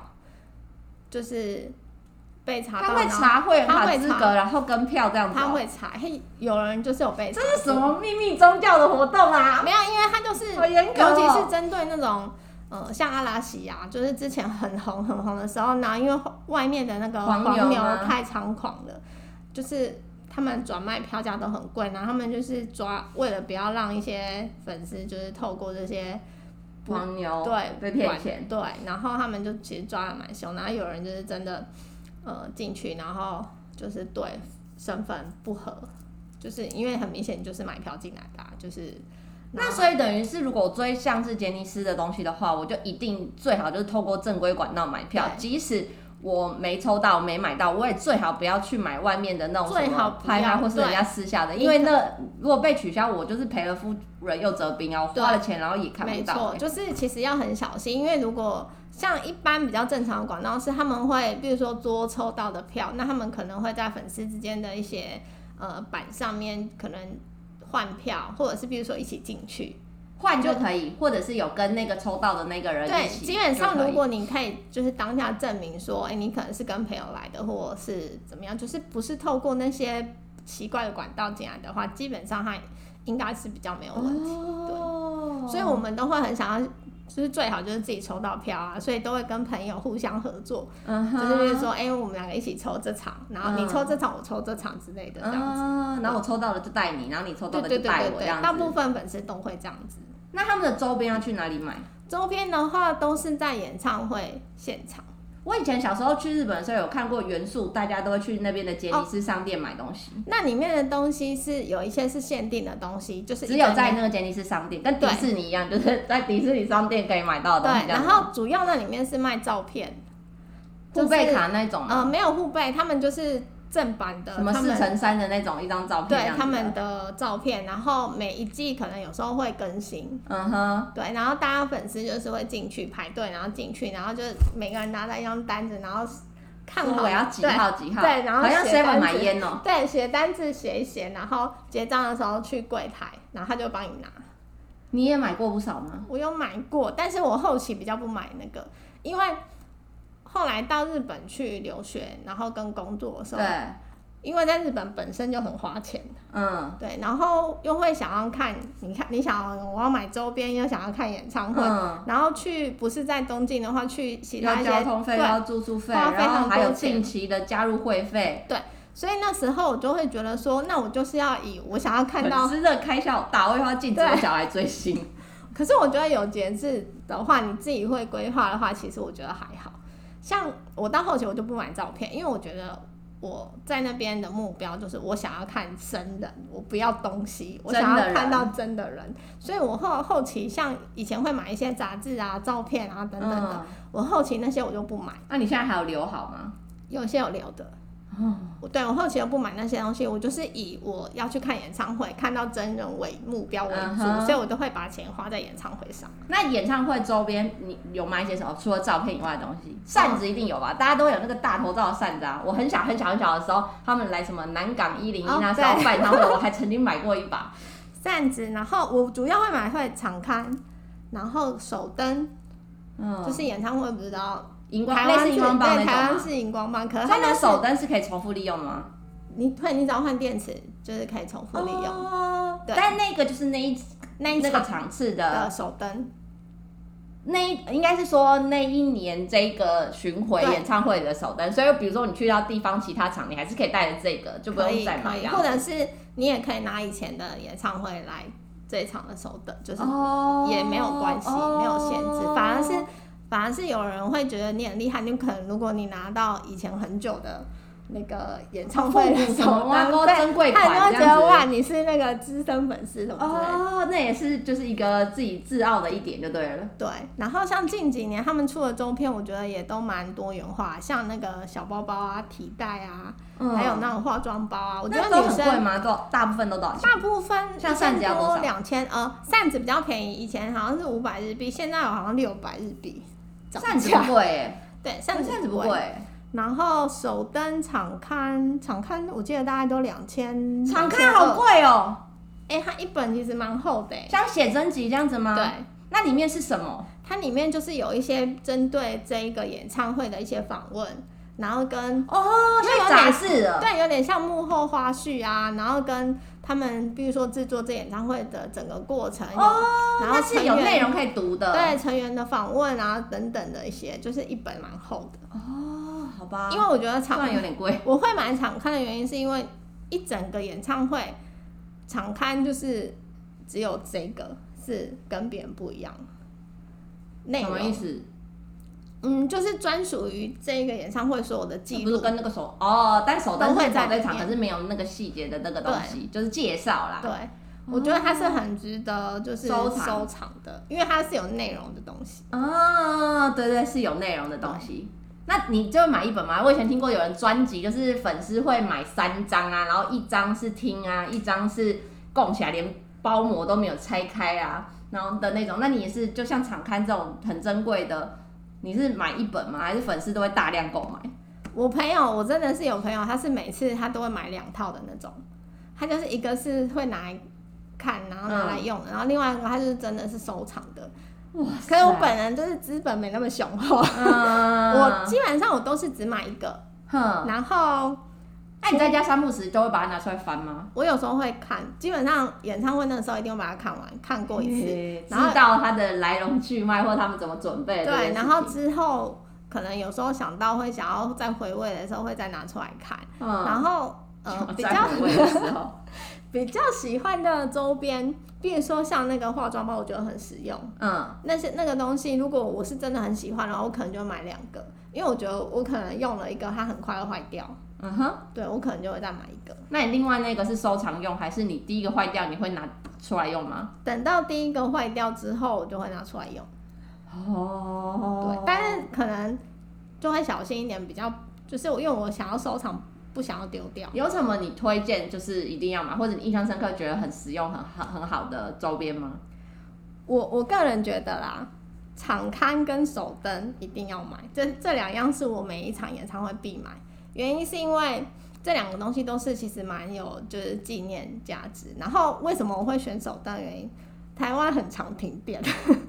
Speaker 2: 就是被查到，
Speaker 1: 他会
Speaker 2: 然后
Speaker 1: 查会员
Speaker 2: 他
Speaker 1: 卡
Speaker 2: 会
Speaker 1: 资
Speaker 2: 查
Speaker 1: 格，然后跟票这样子哦。
Speaker 2: 他会查，嘿，有人就是有被查
Speaker 1: 这是什么秘密宗教的活动啊？
Speaker 2: 没有，因为他就是
Speaker 1: 好严格哦
Speaker 2: 尤其是针对那种呃，像阿拉西啊，就是之前很红很红的时候呢，因为外面的那个
Speaker 1: 黄
Speaker 2: 黄
Speaker 1: 牛吗
Speaker 2: 牛太猖狂了，就是他们转卖票价都很贵，然后他们就是抓为了不要让一些粉丝就是透过这些不
Speaker 1: 黄牛
Speaker 2: 对
Speaker 1: 哦被骗钱，
Speaker 2: 对，然后他们就其实抓的蛮凶，然后有人就是真的呃进去，然后就是对身份不合，就是因为很明显就是买票进来的啊、就是
Speaker 1: 那所以等于是，如果我追像是杰尼斯的东西的话，我就一定最好就是透过正规管道买票，
Speaker 2: 对
Speaker 1: 即使我没抽到、没买到，我也最好不要去买外面的那种
Speaker 2: 最
Speaker 1: 什么
Speaker 2: 好不要
Speaker 1: 拍卖或是人家私下的，
Speaker 2: 对
Speaker 1: 因为那如果被取消，我就是赔了夫人又折兵啊，我
Speaker 2: 对
Speaker 1: 花了钱然后也看不
Speaker 2: 没
Speaker 1: 到、欸
Speaker 2: 错，就是其实要很小心，因为如果像一般比较正常的广告是他们会，比如说多抽到的票，那他们可能会在粉丝之间的一些呃板上面可能换票，或者是比如说一起进去。
Speaker 1: 换就可以，或者是有跟那个抽到的那个人
Speaker 2: 对，
Speaker 1: 一起就可以，
Speaker 2: 基本上如果你可以就是当下证明说，哎、你可能是跟朋友来的，或者是怎么样，就是不是透过那些奇怪的管道进来的话，基本上它应该是比较没有问题。
Speaker 1: 哦，
Speaker 2: 所以我们都会很想要，就是最好就是自己抽到票啊，所以都会跟朋友互相合作，
Speaker 1: 嗯
Speaker 2: 就
Speaker 1: 哼
Speaker 2: 是比如说，哎、我们两个一起抽这场，然后你
Speaker 1: 嗯
Speaker 2: 抽这场，我抽这场之类的这样子。
Speaker 1: 啊，然后我抽到了就带你，然后你抽到
Speaker 2: 对
Speaker 1: 的
Speaker 2: 对
Speaker 1: 就
Speaker 2: 对
Speaker 1: 带
Speaker 2: 对
Speaker 1: 我这样子。
Speaker 2: 对，大部分粉丝都会这样子。
Speaker 1: 那他们的周边要去哪里买？
Speaker 2: 周边的话都是在演唱会现场，
Speaker 1: 我以前小时候去日本的时候有看过元素，大家都会去那边的杰尼斯商店买东西，
Speaker 2: 那里面的东西是有一些是限定的东西，就是
Speaker 1: 只
Speaker 2: 一整
Speaker 1: 有在那个杰尼斯商店，跟迪
Speaker 2: 对
Speaker 1: 士尼一样，就是 在迪士尼商店可以买到的东西
Speaker 2: 对，
Speaker 1: 这样
Speaker 2: 然
Speaker 1: 子。
Speaker 2: 后主要那里面是卖照片，
Speaker 1: 护
Speaker 2: 就
Speaker 1: 贝
Speaker 2: 是
Speaker 1: 卡那种吗，啊
Speaker 2: 呃，没有护背，他们就是正版的，
Speaker 1: 什么
Speaker 2: 他
Speaker 1: 四
Speaker 2: 们
Speaker 1: 乘三的那种一张照片这
Speaker 2: 对
Speaker 1: 样子的，
Speaker 2: 他们的照片，然后每一季可能有时候会更新，
Speaker 1: 嗯哼，
Speaker 2: 对，然后大家粉丝就是会进去排队，然后进去，然后就是每个人拿着一张单子，然后看
Speaker 1: 说
Speaker 2: 好
Speaker 1: 我要几号几号，
Speaker 2: 对然后
Speaker 1: 好像
Speaker 2: 写单
Speaker 1: seven
Speaker 2: 子
Speaker 1: 买烟哦，
Speaker 2: 对对写单子写一写，然后结账的时候去柜台，然后他就帮你拿。
Speaker 1: 你也买过不少吗？
Speaker 2: 我有买过，但是我后期比较不买那个，因为后来到日本去留学，然后跟工作的时
Speaker 1: 对
Speaker 2: 候，，因为在日本本身就很花钱。
Speaker 1: 嗯，
Speaker 2: 对，然后又会想要看，你看，你想要我要买周边，又想要看演唱会，
Speaker 1: 嗯
Speaker 2: 然后去不是在东京的话，去其他
Speaker 1: 要
Speaker 2: 一
Speaker 1: 交
Speaker 2: 些
Speaker 1: 通费，
Speaker 2: 对
Speaker 1: 要住宿费，
Speaker 2: 花非
Speaker 1: 然后
Speaker 2: 常
Speaker 1: 还有
Speaker 2: 多钱
Speaker 1: 定期的加入会费，
Speaker 2: 所以那时候我就会觉得说，那我就是要以我想要看到，
Speaker 1: 粉丝的开销好大，我以后要禁止我
Speaker 2: 对
Speaker 1: 小孩追星。
Speaker 2: 可是我觉得有节制的话，你自己会规划的话，其实我觉得还好。像我到后期我就不买照片，因为我觉得我在那边的目标就是我想要看真人，我不要东西，我想
Speaker 1: 真的
Speaker 2: 要
Speaker 1: 人
Speaker 2: 看到真的人。所以我后后期像以前会买一些杂志啊、照片啊等等的，
Speaker 1: 嗯，
Speaker 2: 我后期那些我就不买，
Speaker 1: 那你现在还有留好吗？
Speaker 2: 有些有留的。
Speaker 1: 哦
Speaker 2: 我对我后期又不买那些东西，我就是以我要去看演唱会、看到真人为目标为
Speaker 1: 嗯
Speaker 2: 主
Speaker 1: 哼
Speaker 2: 所以我都会把钱花在演唱会上。
Speaker 1: 那演唱会周边你有买一些什么？除了照片以外的东西，扇子一定有吧？大家都有那个大头照的扇子啊。我很小很小很小的时候，他们来什么南港一零一那
Speaker 2: 哦
Speaker 1: 时候办唱会，我还曾经买过一 把。
Speaker 2: 扇子，然后我主要会买会场刊，然后手灯，
Speaker 1: 嗯，
Speaker 2: 就是演唱会不知道
Speaker 1: 荧光
Speaker 2: 台
Speaker 1: 类
Speaker 2: 湾
Speaker 1: 似
Speaker 2: 是
Speaker 1: 荧光棒那
Speaker 2: 对台
Speaker 1: 种啊
Speaker 2: 湾
Speaker 1: 吗。
Speaker 2: 是荧光棒，可
Speaker 1: 所
Speaker 2: 是
Speaker 1: 以
Speaker 2: 它
Speaker 1: 那
Speaker 2: 那
Speaker 1: 手灯是可以重复利用的吗？
Speaker 2: 你会你只要换电池，就是可以重复利用、
Speaker 1: 哦
Speaker 2: 对
Speaker 1: 但那个就是那一
Speaker 2: 那一
Speaker 1: 那个呃
Speaker 2: 场
Speaker 1: 场次的
Speaker 2: 的手灯。
Speaker 1: 那一应该是说那一年这个巡回
Speaker 2: 对
Speaker 1: 演唱会的首登，所以比如说你去到地方其他场，你还是可以带着这个，就不
Speaker 2: 可
Speaker 1: 用
Speaker 2: 以
Speaker 1: 再买
Speaker 2: 可以，
Speaker 1: 了。
Speaker 2: 或者是你也可以拿以前的演唱会来最长的手等，就是
Speaker 1: 哦
Speaker 2: 也没有关系，没有限制，反而是反而是有人会觉得你很厉害，你可能如果你拿到以前很久的。那个演唱会的
Speaker 1: 哦复古什
Speaker 2: 手
Speaker 1: 么啊
Speaker 2: 单，
Speaker 1: 哇
Speaker 2: 对
Speaker 1: 珍贵款
Speaker 2: 他就会
Speaker 1: 这
Speaker 2: 觉
Speaker 1: 样
Speaker 2: 得
Speaker 1: 子
Speaker 2: 哇，你是那个资深粉丝什么之类的。
Speaker 1: 哦，那也是就是一个自己自傲的一点就对了。
Speaker 2: 对，然后像近几年他们出的周片，我觉得也都蛮多元化，像那个小包包啊、提袋啊，
Speaker 1: 嗯
Speaker 2: 还有那种化妆包啊，我觉
Speaker 1: 那
Speaker 2: 得
Speaker 1: 都
Speaker 2: 女
Speaker 1: 很贵
Speaker 2: 生
Speaker 1: 吗？都大部分都多少钱？
Speaker 2: 大部分
Speaker 1: 像扇子要多少
Speaker 2: 两千，呃，扇子比较便宜，以前好像是五百日币，现在好像六百日币。涨
Speaker 1: 扇子
Speaker 2: 价
Speaker 1: 不贵耶，
Speaker 2: 对，扇子
Speaker 1: 扇子不
Speaker 2: 贵。
Speaker 1: 贵，
Speaker 2: 然后手灯场刊，场刊我记得大概都两千，
Speaker 1: 场刊好贵哦，
Speaker 2: 哎、它一本其实蛮厚的、欸，
Speaker 1: 像写真集这样子吗？
Speaker 2: 对，。
Speaker 1: 那里面是什么？
Speaker 2: 它里面就是有一些针对这一个演唱会的一些访问，然后跟
Speaker 1: 哦，
Speaker 2: 因为有
Speaker 1: 像杂
Speaker 2: 点
Speaker 1: 志了。
Speaker 2: 对有点像幕后花絮啊，然后跟他们比如说制作这演唱会的整个过程有，
Speaker 1: 哦，
Speaker 2: 然后
Speaker 1: 那是
Speaker 2: 成
Speaker 1: 有
Speaker 2: 员
Speaker 1: 内容可以读的。
Speaker 2: 对成员的访问啊等等的一些，就是一本蛮厚的。
Speaker 1: 哦，好吧，
Speaker 2: 因为我觉得
Speaker 1: 虽
Speaker 2: 场
Speaker 1: 然有点贵，
Speaker 2: 我会买场刊的原因是因为一整个演唱会场刊就是只有这个是跟别人不一样，内
Speaker 1: 什么意
Speaker 2: 容
Speaker 1: 思？
Speaker 2: 嗯就是专属于这个演唱会所有的记
Speaker 1: 不是
Speaker 2: 录。
Speaker 1: 跟那个手哦，单手
Speaker 2: 都
Speaker 1: 单
Speaker 2: 会
Speaker 1: 手
Speaker 2: 在
Speaker 1: 在
Speaker 2: 里
Speaker 1: 场，
Speaker 2: 面
Speaker 1: 可是没有那个细节的那个东西，就是介绍啦。
Speaker 2: 对，我觉得它是很值得就是
Speaker 1: 收藏
Speaker 2: 收藏的，因为它是有内容的东西。
Speaker 1: 啊，对对，是有内容的东西。那你就买一本吗？我以前听过有人专辑，就是粉丝会买三张啊，然后一张是听啊，一张是供起来，连包膜都没有拆开啊，然后的那种。那你也是就像场刊这种很珍贵的，你是买一本吗？还是粉丝都会大量购买？
Speaker 2: 我朋友，我真的是有朋友，他是每次他都会买两套的那种，他就是一个是会拿来看，然后拿来用，然后另外一个他就是真的是收藏的。
Speaker 1: 嗯哇
Speaker 2: 可是我本人就是资本没那么雄厚，
Speaker 1: 嗯，
Speaker 2: 我基本上我都是只买一个，
Speaker 1: 哼，
Speaker 2: 然后
Speaker 1: 那你在家三不时就会把它拿出来翻吗？
Speaker 2: 我有时候会看，基本上演唱会那时候一定会把它看完，看过一次。
Speaker 1: 欸知
Speaker 2: 然后
Speaker 1: 道它的来龙去脉或他们怎么准备的这件
Speaker 2: 对，
Speaker 1: 事情。
Speaker 2: 然后之后可能有时候想到会想要再回味的时候，会再拿出来看。
Speaker 1: 嗯，
Speaker 2: 然后 呃，比较
Speaker 1: 在回味的时候。
Speaker 2: 比较喜欢的周边，比如说像那个化妆包，我觉得很实用。
Speaker 1: 嗯，
Speaker 2: 那些那个东西，如果我是真的很喜欢的话，我可能就会买两个，因为我觉得我可能用了一个，它很快会坏掉，
Speaker 1: 嗯哼，
Speaker 2: 对我可能就会再买一个。
Speaker 1: 那你另外那个是收藏用，还是你第一个坏掉你会拿出来用吗？
Speaker 2: 等到第一个坏掉之后，我就会拿出来用。对，
Speaker 1: 哦
Speaker 2: 但是可能就会小心一点，比较就是我因为我想要收藏，不想要丢掉。
Speaker 1: 有什么你推荐就是一定要买，或者你印象深刻觉得很实用、很好、很好的周边 吗？
Speaker 2: 我我个人觉得啦，场刊跟手灯一定要买，这这两样是我每一场演唱会必买。原因是因为这两个东西都是其实蛮有就是纪念价值。然后为什么我会选手灯？原因台湾很常停电，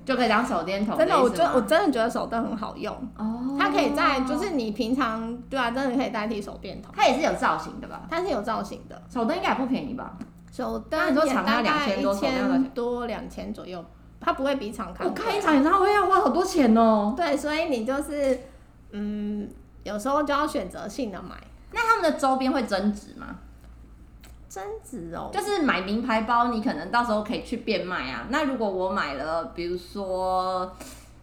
Speaker 1: 就可以当手电筒
Speaker 2: 真
Speaker 1: 的
Speaker 2: 的，
Speaker 1: 意
Speaker 2: 我
Speaker 1: 思
Speaker 2: 觉得我
Speaker 1: 吗
Speaker 2: 真的觉得手灯很好用，
Speaker 1: 哦
Speaker 2: 它可以在就是你平常对啊，真的可以代替手电筒，
Speaker 1: 它也是有造型的吧？
Speaker 2: 它是有造型的。
Speaker 1: 手灯应该也不便宜吧？
Speaker 2: 手
Speaker 1: 那
Speaker 2: 灯
Speaker 1: 你说
Speaker 2: 也
Speaker 1: 场刊
Speaker 2: 大概
Speaker 1: 2000多
Speaker 2: 一
Speaker 1: 手灯要多少
Speaker 2: 千
Speaker 1: 钱
Speaker 2: 多两千左右，它不会比场刊
Speaker 1: 我
Speaker 2: 贵。
Speaker 1: 看一场演唱会要花好多钱哦。
Speaker 2: 对，所以你就是嗯，有时候就要选择性的买
Speaker 1: 那他们的周边会增值吗？
Speaker 2: 增值哦。
Speaker 1: 就是买名牌包，你可能到时候可以去变卖啊。那如果我买了，比如说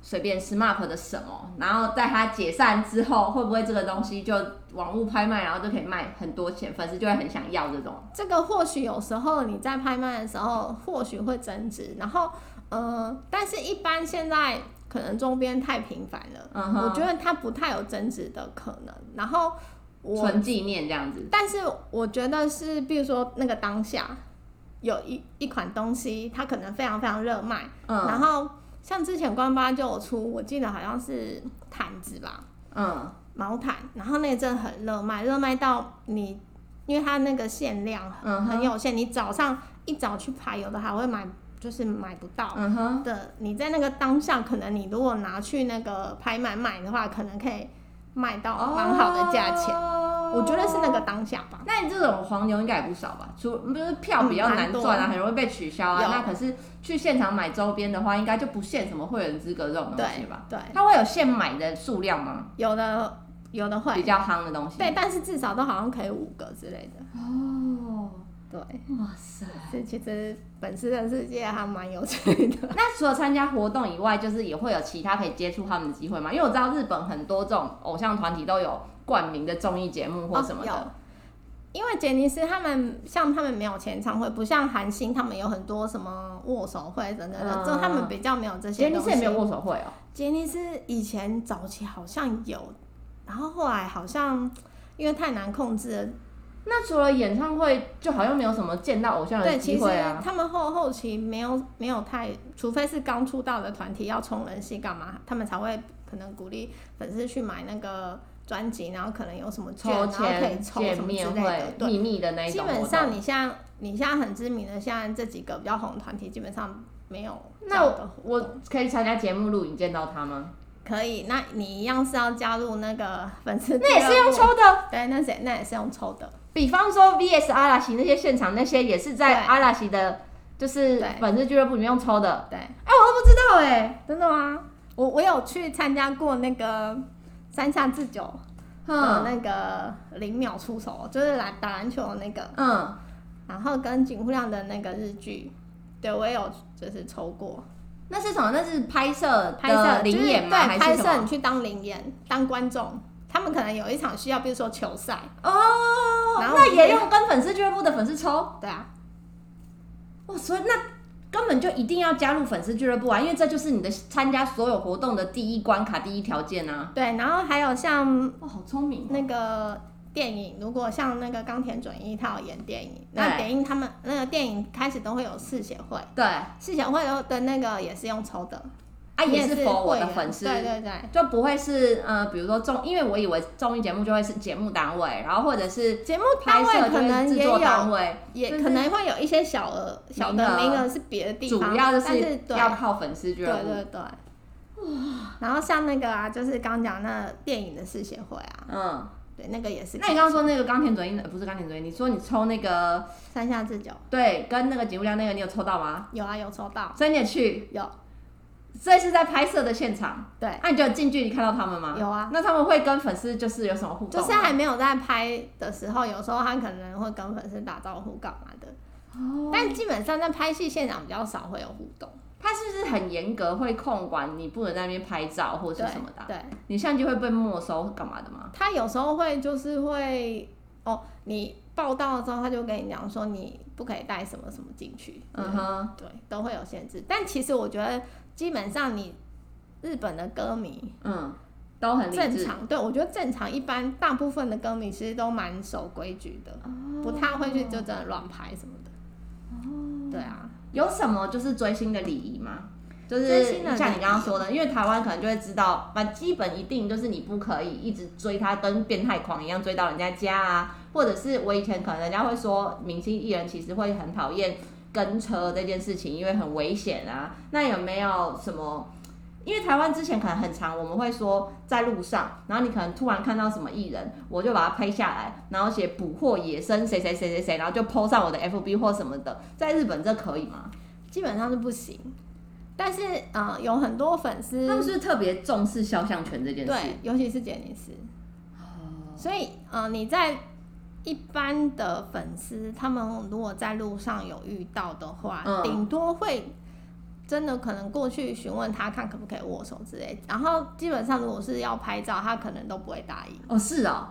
Speaker 1: 随便 SMAP 的什么，然后在它解散之后，会不会这个东西就网络拍卖，然后就可以卖很多钱，粉丝就会很想要这种？
Speaker 2: 这个或许有时候你在拍卖的时候或许会增值，然后呃，但是一般现在可能周边太频繁了，
Speaker 1: 嗯哼
Speaker 2: 我觉得它不太有增值的可能。然后我，
Speaker 1: 纯纪念这样子。
Speaker 2: 但是我觉得是，比如说那个当下有一一款东西，它可能非常非常热卖，
Speaker 1: 嗯
Speaker 2: 然后像之前官八就有出，我记得好像是毯子吧，
Speaker 1: 嗯，
Speaker 2: 毛毯，然后那个真的很热卖，热卖到你，因为它那个限量很,、
Speaker 1: 嗯哼
Speaker 2: 很有限，你早上一早去排，有的还会买，就是买不到。
Speaker 1: 嗯哼，
Speaker 2: 的，你在那个当下，可能你如果拿去那个拍卖卖的话，可能可以卖
Speaker 1: 嗯
Speaker 2: 到蛮好的价钱。
Speaker 1: 哦
Speaker 2: 我觉得是那个。当下吧。
Speaker 1: 那你这种黄牛应该也不少吧？除不是票比较
Speaker 2: 嗯
Speaker 1: 难
Speaker 2: 蛮多
Speaker 1: 赚啊，很容易被取消啊。
Speaker 2: 有
Speaker 1: 那可是去现场买周边的话，应该就不限什么会员资格这种东西
Speaker 2: 对
Speaker 1: 哦吧？嗯
Speaker 2: 对，
Speaker 1: 它会有现买的数量吗？
Speaker 2: 有的有的
Speaker 1: 比
Speaker 2: 会，
Speaker 1: 较夯的东西。
Speaker 2: 对，但是至少都好像可以五个之类的。
Speaker 1: 哦，
Speaker 2: 对，
Speaker 1: 哇塞！
Speaker 2: 这其实粉丝的世界还蛮有趣的。
Speaker 1: 那除了参加活动以外，就是也会有其他可以接触他们的机会吗？因为我知道日本很多这种偶像团体都有冠名的综艺节目或什么的。
Speaker 2: 哦因为杰尼斯他们像他们没有前唱会，不像韩星他们有很多什么握手会等等
Speaker 1: 嗯
Speaker 2: 的，这、他们比较没有这
Speaker 1: 杰
Speaker 2: 些
Speaker 1: 尼
Speaker 2: 东
Speaker 1: 斯
Speaker 2: 西。
Speaker 1: 也没有握手会哦、
Speaker 2: 杰尼斯以前早期好像有，然后后来好像因为太难控制了，
Speaker 1: 那除了演唱会，就好像没有什么见到偶像的
Speaker 2: 对，
Speaker 1: 机
Speaker 2: 其实
Speaker 1: 会啊。
Speaker 2: 他们后后期没有没有太，除非是刚出道的团体要冲人气干嘛，他们才会可能鼓励粉丝去买那个专辑，然后可能有什么券，
Speaker 1: 抽
Speaker 2: 然后可以
Speaker 1: 签、
Speaker 2: 抽
Speaker 1: 见
Speaker 2: 什么之
Speaker 1: 面
Speaker 2: 类的
Speaker 1: 会、，
Speaker 2: 对。
Speaker 1: 秘密的那一
Speaker 2: 基
Speaker 1: 种活动。
Speaker 2: 本上，你像你现在很知名的，现在这几个比较红的团体，基本上没有这
Speaker 1: 那
Speaker 2: 样的
Speaker 1: 我
Speaker 2: 活动。
Speaker 1: 我可以参加节目录影见到他吗？
Speaker 2: 可以，那你一样是要加入那个粉丝俱乐部，
Speaker 1: 那也是用抽的。
Speaker 2: 对，那谁那也是用抽的，
Speaker 1: 比方说 VS 阿拉西那些现场那些也是在
Speaker 2: 对
Speaker 1: 阿拉西的，就是
Speaker 2: 对
Speaker 1: 粉丝俱乐部里面用抽的。
Speaker 2: 对，
Speaker 1: 哎、我都不知道哎、
Speaker 2: 真的吗？我我有去参加过那个山下智久的
Speaker 1: 嗯
Speaker 2: 那个零秒出手，就是来打篮球的那个，
Speaker 1: 嗯，
Speaker 2: 然后跟井户亮的那个日剧，对我也有就是抽过
Speaker 1: 那是什么？那是拍摄
Speaker 2: 拍摄，
Speaker 1: 灵眼吗？
Speaker 2: 就是
Speaker 1: 还
Speaker 2: 对，
Speaker 1: 是
Speaker 2: 拍
Speaker 1: 什
Speaker 2: 摄
Speaker 1: 么？
Speaker 2: 你去当零演当观众，他们可能有一场需要，比如说球赛，
Speaker 1: 哦，
Speaker 2: 然后
Speaker 1: 那也用跟粉丝俱乐部的粉丝抽。
Speaker 2: 对啊，
Speaker 1: 哇，所以那根本就一定要加入粉丝俱乐部啊，因为这就是你的参加所有活动的第一关卡、第一条件啊。
Speaker 2: 对，然后还有像
Speaker 1: 哇，好聪明、哦
Speaker 2: 那个电影，如果像那个冈田准一，他有演电影，
Speaker 1: 对
Speaker 2: 那电影他们那个电影开始都会有试写会，
Speaker 1: 对，
Speaker 2: 试写会的的那个也是用抽的，
Speaker 1: 啊，
Speaker 2: 你
Speaker 1: 也是
Speaker 2: 是
Speaker 1: 否我
Speaker 2: 会
Speaker 1: 的
Speaker 2: 员
Speaker 1: 粉丝。
Speaker 2: 对对对。
Speaker 1: 就不会是呃，比如说综，因为我以为综艺节目就会是节目单位，然后或者是
Speaker 2: 节目
Speaker 1: 拍
Speaker 2: 单位
Speaker 1: 摄就
Speaker 2: 可
Speaker 1: 是
Speaker 2: 能
Speaker 1: 制
Speaker 2: 也
Speaker 1: 作
Speaker 2: 有，
Speaker 1: 单位，
Speaker 2: 也
Speaker 1: 就是
Speaker 2: 可能会有一些小额小的
Speaker 1: 名额
Speaker 2: 名额是别的地
Speaker 1: 主
Speaker 2: 方，
Speaker 1: 要就
Speaker 2: 但是对
Speaker 1: 要靠粉丝俱
Speaker 2: 对
Speaker 1: 乐部。
Speaker 2: 对对。然后像那个啊，就是刚讲那电影的试写会啊，
Speaker 1: 嗯，
Speaker 2: 对，那个也是
Speaker 1: 那你刚刚说那个钢铁准一呃不是钢铁准一，你说你抽那个
Speaker 2: 山下智久
Speaker 1: 对，跟那个节目量那个你有抽到吗？
Speaker 2: 有啊，有抽到，
Speaker 1: 所以你也去，
Speaker 2: 有
Speaker 1: 所以是在拍摄的现场。
Speaker 2: 对，
Speaker 1: 那、你就有近距离看到他们吗？
Speaker 2: 有啊。
Speaker 1: 那他们会跟粉丝就是有什么互动
Speaker 2: 就
Speaker 1: 吗？
Speaker 2: 是还没有在拍的时候，有时候他可能会跟粉丝打招呼干嘛的，
Speaker 1: 哦，
Speaker 2: 但基本上在拍戏现场比较少会有互动，
Speaker 1: 他是不是很严格会控管你不能在那边拍照或者
Speaker 2: 对
Speaker 1: 是什么的啊？
Speaker 2: 对，
Speaker 1: 你相机会被没收干嘛的吗？
Speaker 2: 他有时候会就是会哦，你报道了之后，他就跟你讲说你不可以带什么什么进去，
Speaker 1: 嗯哼，
Speaker 2: 对，都会有限制。但其实我觉得基本上你日本的歌迷
Speaker 1: 嗯，都很理
Speaker 2: 正
Speaker 1: 智，
Speaker 2: 常，对我觉得正常，一般大部分的歌迷其实都蛮守规矩的，
Speaker 1: 哦
Speaker 2: 不太会去就真的乱拍什么的。哦，对啊，
Speaker 1: 有什么就是追星的礼仪吗？就是
Speaker 2: 追星的礼仪
Speaker 1: 像你刚刚说的，因为台湾可能就会知道，把基本一定就是你不可以一直追他，跟变态狂一样追到人家家啊，或者是我以前可能人家会说，明星艺人其实会很讨厌跟车这件事情，因为很危险啊。那有没有什么？因为台湾之前可能很长，我们会说在路上，然后你可能突然看到什么艺人，我就把它拍下来，然后写捕获野生谁谁谁谁谁，然后就 PO 上我的 FB 或什么的。在日本这可以吗？
Speaker 2: 基本上是不行。但是呃，有很多粉丝
Speaker 1: 他们是不是特别重视肖像权这件事。
Speaker 2: 对，尤其是杰尼斯。所以，呃，你在一般的粉丝，他们如果在路上有遇到的话，
Speaker 1: 嗯
Speaker 2: 顶、多会真的可能过去询问他看可不可以握手之类。然后，基本上如果是要拍照，他可能都不会答应，
Speaker 1: 哦，是哦，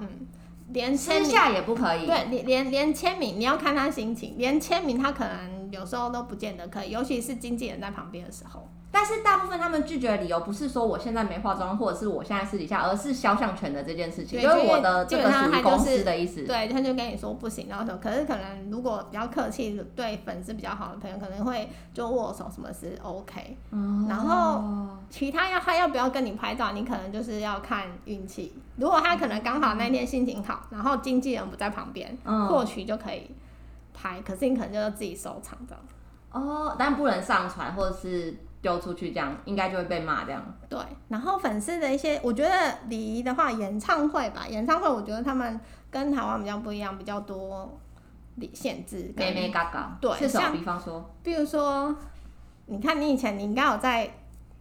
Speaker 2: 连签
Speaker 1: 私
Speaker 2: 名。
Speaker 1: 下也不可以。，
Speaker 2: 对，连连连签名，你要看他心情。连签名，他可能有时候都不见得可以，尤其是经纪人在旁边的时候。
Speaker 1: 但是大部分他们拒绝的理由不是说我现在没化妆，或者是我现在私底下，而是肖像权的这件事情，
Speaker 2: 对
Speaker 1: 因为我的
Speaker 2: 基
Speaker 1: 这
Speaker 2: 本
Speaker 1: 个
Speaker 2: 上
Speaker 1: 属于
Speaker 2: 他
Speaker 1: 公
Speaker 2: 就是
Speaker 1: 司的意思。
Speaker 2: 对，他就跟你说不行，然后什么？可是可能如果比较客气，对粉丝比较好的朋友，可能会就握手什么是 OK。
Speaker 1: 哦
Speaker 2: 然后其他要他要不要跟你拍照，你可能就是要看运气。如果他可能刚好那天心情好，然后经纪人不在旁边，
Speaker 1: 嗯
Speaker 2: 或许就可以拍。可是你可能就要自己收藏这样。
Speaker 1: 哦，但不能上传或者是丢出去，这样应该就会被骂这样。
Speaker 2: 对，然后粉丝的一些，我觉得礼仪的话，演唱会吧，演唱会我觉得他们跟台湾比较不一样，比较多礼限制跟
Speaker 1: 咩咩嘎嘎，
Speaker 2: 对
Speaker 1: 是什么？
Speaker 2: 像
Speaker 1: 比方说，
Speaker 2: 比如说，你看你以前你应该有在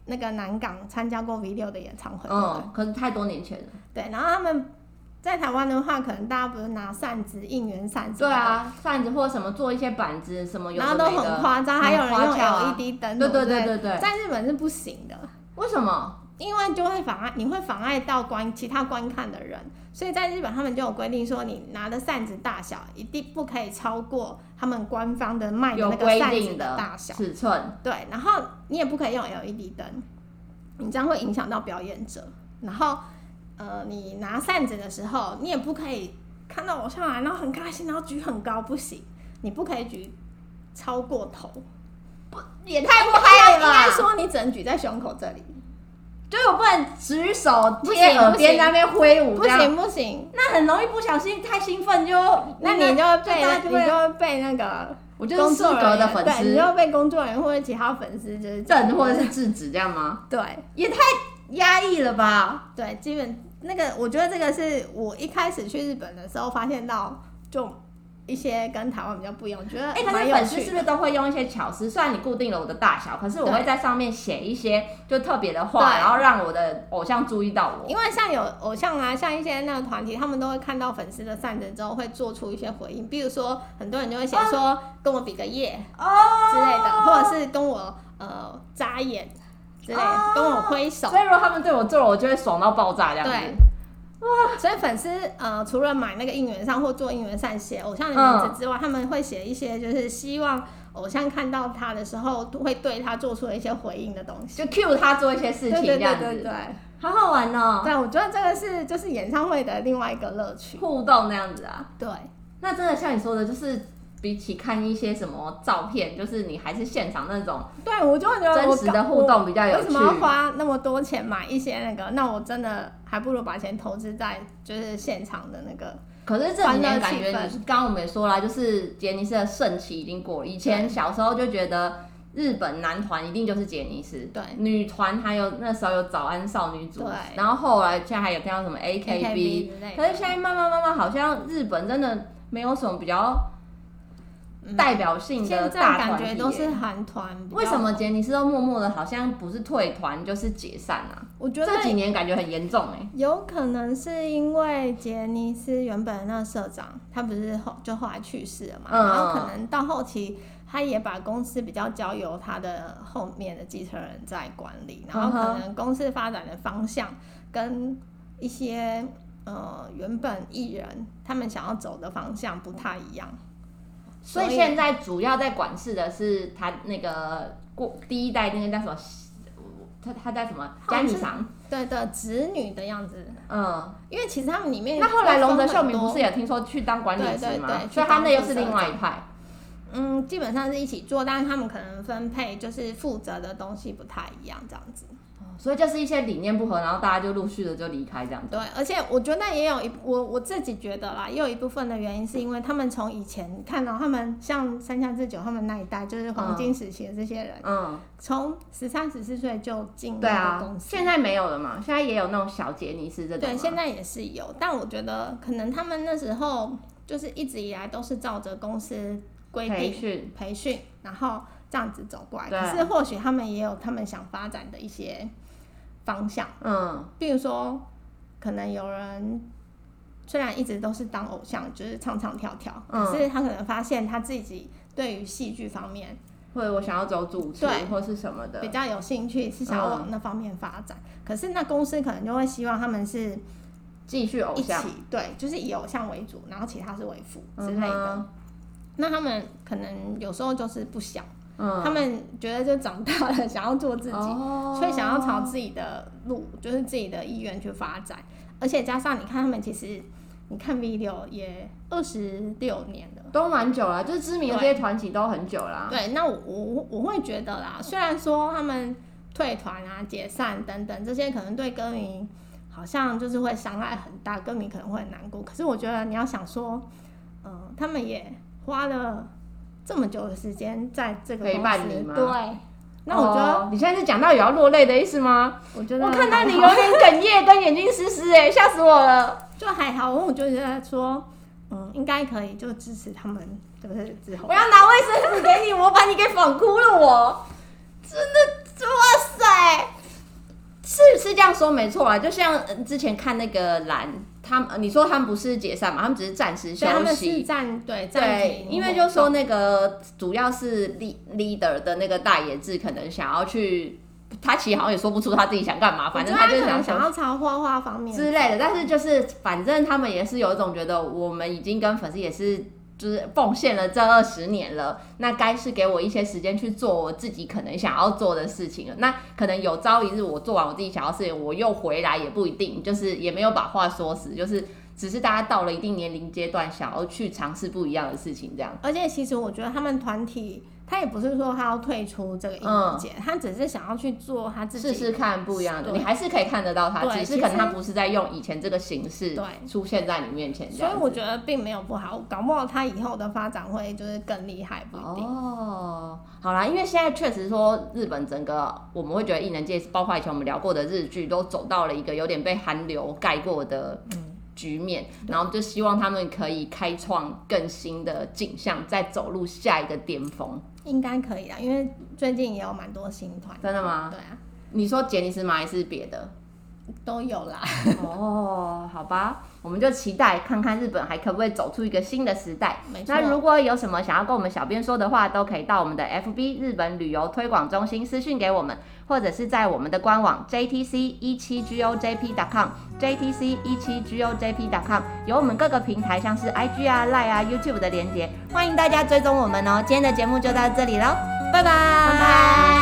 Speaker 2: 那个南港参加过 V 六的演唱会，对不对
Speaker 1: 嗯嗯，可是太多年前了，
Speaker 2: 对，然后他们在台湾的话，可能大家不是拿扇子、应援扇子，
Speaker 1: 对，啊，扇子或什么做一些板子什么有的
Speaker 2: 然
Speaker 1: 没
Speaker 2: 后
Speaker 1: 的，
Speaker 2: 都很夸张，还有人
Speaker 1: 很
Speaker 2: 用 E
Speaker 1: 花俏啊
Speaker 2: LED 灯，
Speaker 1: 对
Speaker 2: 对
Speaker 1: 对对
Speaker 2: 不
Speaker 1: 对对，
Speaker 2: 在日本是不行的，
Speaker 1: 为什么？
Speaker 2: 因为就会妨碍，你会妨碍到观其他观看的人，所以在日本他们就有规定说，你拿的扇子大小一定不可以超过他们官方的卖的
Speaker 1: 有
Speaker 2: 那个
Speaker 1: 规
Speaker 2: 扇子
Speaker 1: 定
Speaker 2: 的大小，
Speaker 1: 尺寸，
Speaker 2: 对，然后你也不可以用 LED 灯，你这样会影响到表演者。然后，呃，你拿扇子的时候，你也不可以看到我上来，然后很开心，然后举很高，不行，你不可以举超过头，
Speaker 1: 不也太不嗨了
Speaker 2: 应该
Speaker 1: 吧？
Speaker 2: 说你只能举在胸口 这里，
Speaker 1: 就是我不能举手
Speaker 2: 不
Speaker 1: 贴
Speaker 2: 行
Speaker 1: 耳
Speaker 2: 不
Speaker 1: 边
Speaker 2: 行
Speaker 1: 在那边挥舞
Speaker 2: 不
Speaker 1: 这样，
Speaker 2: 行不行，
Speaker 1: 那很容易不小心太兴奋就，
Speaker 2: 那你就会被
Speaker 1: 大家
Speaker 2: 那
Speaker 1: 就
Speaker 2: 你
Speaker 1: 会
Speaker 2: 就会被那个
Speaker 1: 我就
Speaker 2: 工
Speaker 1: 是失
Speaker 2: 作人
Speaker 1: 格
Speaker 2: 员
Speaker 1: 的粉
Speaker 2: 对，你就
Speaker 1: 丝
Speaker 2: 会被工作人员或者其他粉丝就是
Speaker 1: 正或者是制止这样吗？
Speaker 2: 对。
Speaker 1: 也太压抑了吧？
Speaker 2: 对，基本那个，我觉得这个是我一开始去日本的时候发现到，就一些跟台湾比较不一样，我觉得
Speaker 1: 哎、可
Speaker 2: 呃蛮
Speaker 1: 是
Speaker 2: 有
Speaker 1: 粉丝
Speaker 2: 趣
Speaker 1: 是
Speaker 2: 的。
Speaker 1: 不是都会用一些巧思？虽然你固定了我的大小，可是我
Speaker 2: 对
Speaker 1: 会在上面写一些就特别的话，
Speaker 2: 对
Speaker 1: 然后让我的偶像注意到我。
Speaker 2: 因为像有偶像啊，像一些那个团体，他们都会看到粉丝的扇子之后，会做出一些回应，比如说很多人就会写说跟我比个耶
Speaker 1: 哦
Speaker 2: 之类的，或者是跟我呃眨眼之类的，
Speaker 1: 哦
Speaker 2: 跟我挥手
Speaker 1: 所。以如果他们对我做了，我就会爽到爆炸这样子。
Speaker 2: 对，哇！所以粉丝呃，除了买那个应援扇或做应援扇写偶像的名字之外，他们会写一些就是希望偶像看到他的时候会对他做出一些回应的东西。
Speaker 1: 就 cue 他做一些事情
Speaker 2: 对对
Speaker 1: 这
Speaker 2: 对
Speaker 1: 样
Speaker 2: 对
Speaker 1: 子，
Speaker 2: 对，
Speaker 1: 好好玩哦，
Speaker 2: 对我觉得这个是就是演唱会的另外一个乐趣。
Speaker 1: 互动那样子啊。
Speaker 2: 对
Speaker 1: 那真的像你说的，就是比起看一些什么照片，就是你还是现场那种
Speaker 2: 对，我就会觉得我
Speaker 1: 真实的
Speaker 2: 搞
Speaker 1: 互动比较
Speaker 2: 我
Speaker 1: 有
Speaker 2: 为
Speaker 1: 趣
Speaker 2: 什。么要花那么多钱买一些那个？那我真的还不如把钱投资在就是现场的那个。
Speaker 1: 可是这几年感觉
Speaker 2: 欢乐
Speaker 1: 你，刚刚我们也说啦，就是杰尼斯的盛期已经过了。以前小时候就觉得日本男团一定就是杰尼斯，
Speaker 2: 对
Speaker 1: 女团还有那时候有早安少女组
Speaker 2: 对，
Speaker 1: 然后后来现在还有听到什么 AKB，
Speaker 2: AKB 之类的
Speaker 1: 可是现在慢慢慢慢好像日本真的没有什么比较
Speaker 2: 嗯
Speaker 1: 代表性的
Speaker 2: 现在
Speaker 1: 大团
Speaker 2: 感
Speaker 1: 体耶、
Speaker 2: 觉都是韩团比较，
Speaker 1: 为什么杰尼斯都默默的，好像不是退团就是解散啊？
Speaker 2: 我觉得
Speaker 1: 这几年感觉很严重哎、
Speaker 2: 有可能是因为杰尼斯原本的那个社长，他不是后就后来去世了嘛，
Speaker 1: 嗯
Speaker 2: 然后可能到后期他也把公司比较交由他的后面的继承人在管理，然
Speaker 1: 嗯
Speaker 2: 后可能公司发展的方向跟一些呃原本艺人他们想要走的方向不太一样，
Speaker 1: 所以现在主要在管事的是他那个过第一代那个叫什么？他他叫什么？
Speaker 2: 好
Speaker 1: 加
Speaker 2: 像
Speaker 1: 米
Speaker 2: 是
Speaker 1: 长。
Speaker 2: 对的子女的样子，
Speaker 1: 嗯，
Speaker 2: 因为其实他们里面
Speaker 1: 那后来龙泽秀
Speaker 2: 有
Speaker 1: 明
Speaker 2: 分很多
Speaker 1: 不是也听说去当管理职吗
Speaker 2: 对对？对
Speaker 1: 所以他那又是另外一派。
Speaker 2: 嗯，基本上是一起做，但是他们可能分配就是负责的东西不太一样，这样子。
Speaker 1: 所以就是一些理念不合，然后大家就陆续的就离开这样。
Speaker 2: 对，而且我觉得也有一我我自己觉得啦，也有一部分的原因是因为他们从以前看到他们像山下智久他们那一代，就是黄金时期的这些人，
Speaker 1: 嗯，
Speaker 2: 从十三十四岁就进
Speaker 1: 对
Speaker 2: 那个
Speaker 1: 啊
Speaker 2: 公，司。
Speaker 1: 现在没有了嘛，现在也有那种小杰尼斯这种
Speaker 2: 对，
Speaker 1: 嘛。
Speaker 2: 现在也是有，但我觉得可能他们那时候就是一直以来都是照着公司规
Speaker 1: 培
Speaker 2: 定
Speaker 1: 训
Speaker 2: 培训，然后这样子走过来。
Speaker 1: 对
Speaker 2: 可是或许他们也有他们想发展的一些方向，
Speaker 1: 嗯，
Speaker 2: 比如说，可能有人虽然一直都是当偶像，就是唱唱跳跳，
Speaker 1: 嗯
Speaker 2: 可是他可能发现他自己对于戏剧方面
Speaker 1: 或者我想要走主持
Speaker 2: 对
Speaker 1: 或是什么的
Speaker 2: 比。较有兴趣，是想要往那方面发展。
Speaker 1: 嗯
Speaker 2: 可是那公司可能就会希望他们是
Speaker 1: 继续偶
Speaker 2: 一
Speaker 1: 像
Speaker 2: 起，对，就是以偶像为主，然后其他是为辅之类的。
Speaker 1: 嗯
Speaker 2: 那他们可能有时候就是不想，
Speaker 1: 哼，
Speaker 2: 他们觉得就长大了， 想要做自己，
Speaker 1: 嗯哦
Speaker 2: 所以想要朝自己的路，就是自己的意愿去发展。而且加上你看他们，其实你看 video 也二十六年了。
Speaker 1: 都蛮久了，就是知名的这些团体都很久啦。
Speaker 2: 对，那我我我会觉得啦，虽然说他们退团啊、解散等等这些，可能对歌迷好像就是会伤害很大，歌迷可能会很难过。可是我觉得你要想说，嗯、他们也花了这么久的时间在这个
Speaker 1: 陪
Speaker 2: 公
Speaker 1: 伴
Speaker 2: 司
Speaker 1: 你吗
Speaker 2: 对，那我觉得、
Speaker 1: 哦你现在是讲到有要落泪的意思吗？
Speaker 2: 我觉得
Speaker 1: 我看到你有
Speaker 2: 还好
Speaker 1: 点哽咽，跟眼睛湿湿，哎，吓死我了！
Speaker 2: 就还好，我就觉得说，嗯，应该可以，就支持他们，就是之 后
Speaker 1: 我。要拿卫生纸给你，我把你给仿哭了，我真的，哇塞！是是这样说没错啊，就像呃之前看那个蓝，他们呃你说他们不是解散嘛，他们只是暂时休
Speaker 2: 所以他们是
Speaker 1: 息。
Speaker 2: 暂对暂
Speaker 1: 对，
Speaker 2: 停，
Speaker 1: 因为就说那个主要是 lead leader 的那个大野智，可能想要去，他其实好像也说不出他自己想干嘛，反正
Speaker 2: 我觉得他
Speaker 1: 就
Speaker 2: 可能
Speaker 1: 想
Speaker 2: 想要朝画画方面
Speaker 1: 之类的。但是就是反正他们也是有一种觉得，我们已经跟粉丝也是就是奉献了这二十年了，那该是给我一些时间去做我自己可能想要做的事情了。那可能有朝一日我做完我自己想要的事情，我又回来也不一定，就是也没有把话说死，就是只是大家到了一定年龄阶段，想要去尝试不一样的事情，这样。
Speaker 2: 而且其实我觉得他们团体，他也不是说他要退出这个音乐节，
Speaker 1: 嗯
Speaker 2: 他只是想要去做他自己。
Speaker 1: 试试看不一样的，
Speaker 2: 对
Speaker 1: 你还是可以看得到它，
Speaker 2: 对
Speaker 1: 只是可
Speaker 2: 其
Speaker 1: 能
Speaker 2: 实
Speaker 1: 它不是在用以前这个形式
Speaker 2: 对
Speaker 1: 出现在你面前这
Speaker 2: 所
Speaker 1: 样
Speaker 2: 以
Speaker 1: 子。
Speaker 2: 我觉得并没有不好，搞不好他以后的发展会就是更厉害，不一定。
Speaker 1: 哦，好啦，因为现在确实说日本整个我们会觉得艺能界，包括以前我们聊过的日剧，都走到了一个有点被韩流盖过的
Speaker 2: 嗯
Speaker 1: 局面，然后就希望他们可以开创更新的景象，再走入下一个巅峰。
Speaker 2: 应该可以啊，因为最近也有蛮多新团。
Speaker 1: 真的吗？
Speaker 2: 对啊，
Speaker 1: 你说杰尼斯吗？还是别的？
Speaker 2: 都有啦。
Speaker 1: 哦，好吧，我们就期待看看日本还可不可以走出一个新的时代。
Speaker 2: 没错。
Speaker 1: 那如果有什么想要跟我们小编说的话，都可以到我们的 FB 日本旅游推广中心私讯给我们，或者是在我们的官网 JTC 一七 GOJP.com JTC 一七 GOJP.com 有我们各个平台像是 IG 啊、Line 啊、YouTube 的连接，欢迎大家追踪我们哦。今天的节目就到这里喽，拜拜。
Speaker 2: 拜拜